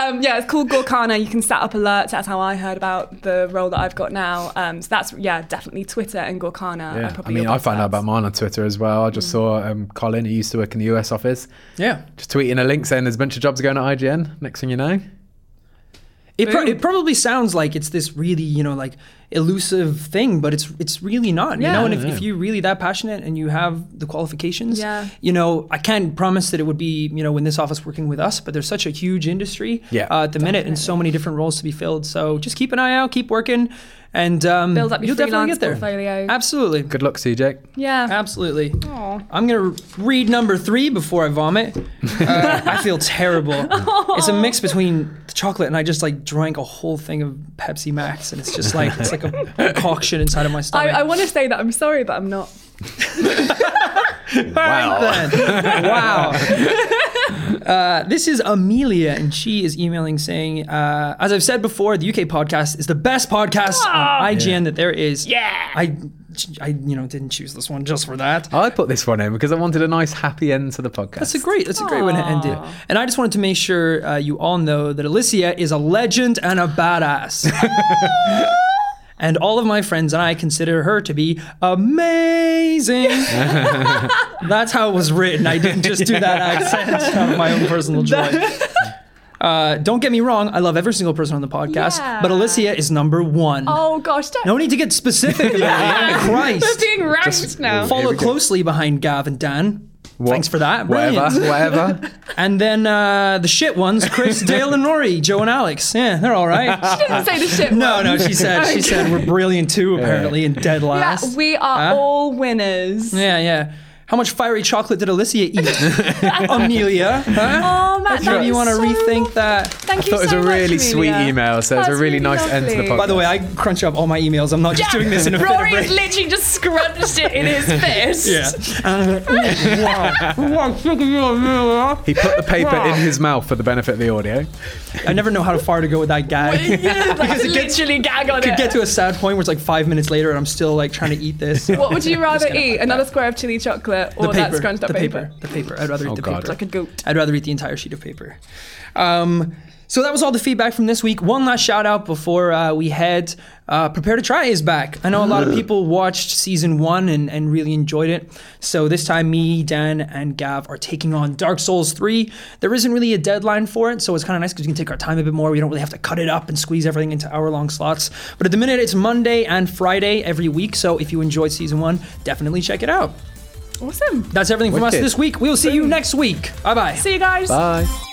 C: Um, yeah, it's called Gorkana. You can set up alerts. That's how I heard about the role that I've got now. Um, so that's yeah, definitely Twitter and Gorkana.
B: Yeah.
C: Are
B: I
C: probably
B: mean,
C: your
B: I
C: best
B: found out
C: bets.
B: about mine on Twitter as well. I just saw um, Colin, who used to work in the US office,
A: yeah.
B: just tweeting a link saying there's a bunch of jobs going at IGN. Next thing you know,
A: It, pro-
C: Boom.
A: it probably sounds like it's this really you know like elusive thing, but it's it's really not. You
C: Yeah.
A: know, and if, if you're really that passionate and you have the qualifications,
C: Yeah.
A: you know, I can't promise that it would be you know in this office working with us, but there's such a huge industry
B: Yeah.
A: uh, at the minute and so many different roles to be filled. So just keep an eye out, keep working, and um,
C: Build up your
A: you'll definitely
C: freelance
A: get there.
C: portfolio.
A: Absolutely.
B: good luck, CJ.
C: yeah.
A: Absolutely. I'm going to read number three before I vomit. Uh, I feel terrible. It's a mix between the chocolate and I just like drank a whole thing of Pepsi Max and it's just like, it's like a concoction inside of my
C: I,
A: stomach.
C: I want to say that I'm sorry, but I'm not.
A: Wow. wow. Uh, this is Amelia, and she is emailing saying, uh, as I've said before, the UK podcast is the best podcast
C: Ah.
A: on IGN that there is.
D: Yeah.
A: I, I, you know, didn't choose this one just for that.
B: I put this one in because I wanted a nice, happy end to the podcast.
A: That's a great. That's a great way to end it. And I just wanted to make sure uh, you all know that Alicia is a legend and a badass. and all of my friends and I consider her to be amazing. That's how it was written. I didn't just do that accent out of my own personal joy. Uh, don't get me wrong. I love every single person on the podcast,
C: Yeah.
A: but Alicia is number one.
C: Oh gosh, don't.
A: No need to get specific. Amelia.
D: We're
A: Christ.
D: being ranked now.
A: Follow closely behind Gav and Dan. Thanks for that.
B: Whatever,
A: Brilliant.
B: whatever.
A: And then uh, the shit ones, Chris, Dale, and Rory, Joe and Alex. Yeah, they're all right.
C: She didn't say the shit.
A: No, no, she said she said we're brilliant too, apparently, and dead
C: Yeah,
A: last.
C: we are
A: Huh?
C: all winners.
A: Yeah, yeah. How much fiery chocolate did Alicia eat? Amelia, huh?
C: Oh, Matt,
A: Maybe you want to rethink that.
C: Thank
B: I
C: you
B: thought it was
C: so
B: a
C: much,
B: really sweet
C: Amelia.
B: email, so it's a
C: That's
B: really nice end to the
C: lovely.
B: podcast.
A: By the way, I crunch up all my emails. I'm not just doing this in a fit of
D: Rory
A: rage.
D: has literally just scrunched it in his fist.
A: Uh, Yeah.
B: He put the paper in his mouth for the benefit of the audio.
A: I never know how far to go with that guy.
D: Yeah, like, literally gag on
A: Could
D: it.
A: get to a sad point where it's like five minutes later and I'm still like trying to eat this.
C: What would you rather eat? Another square of chili chocolate or that scrunched up
A: the
C: paper?
A: paper. The paper. I'd rather eat the
B: God.
A: paper.
B: Like
C: a goat.
A: I'd rather eat the entire sheet of paper. Um, so that was all the feedback from this week. One last shout out before uh, we head. Uh, Prepare to Try is back. I know a lot of people watched season one and, and really enjoyed it. So this time, me, Dan, and Gav are taking on Dark Souls 3. There isn't really a deadline for it, so it's kind of nice because we can take our time a bit more. We don't really have to cut it up and squeeze everything into hour long slots. But at the minute, it's Monday and Friday every week. So if you enjoyed season one, definitely check it out.
C: Awesome.
A: That's everything from us
B: Wicked.
A: this week. We will see you next week. Bye bye.
C: See you guys.
B: Bye.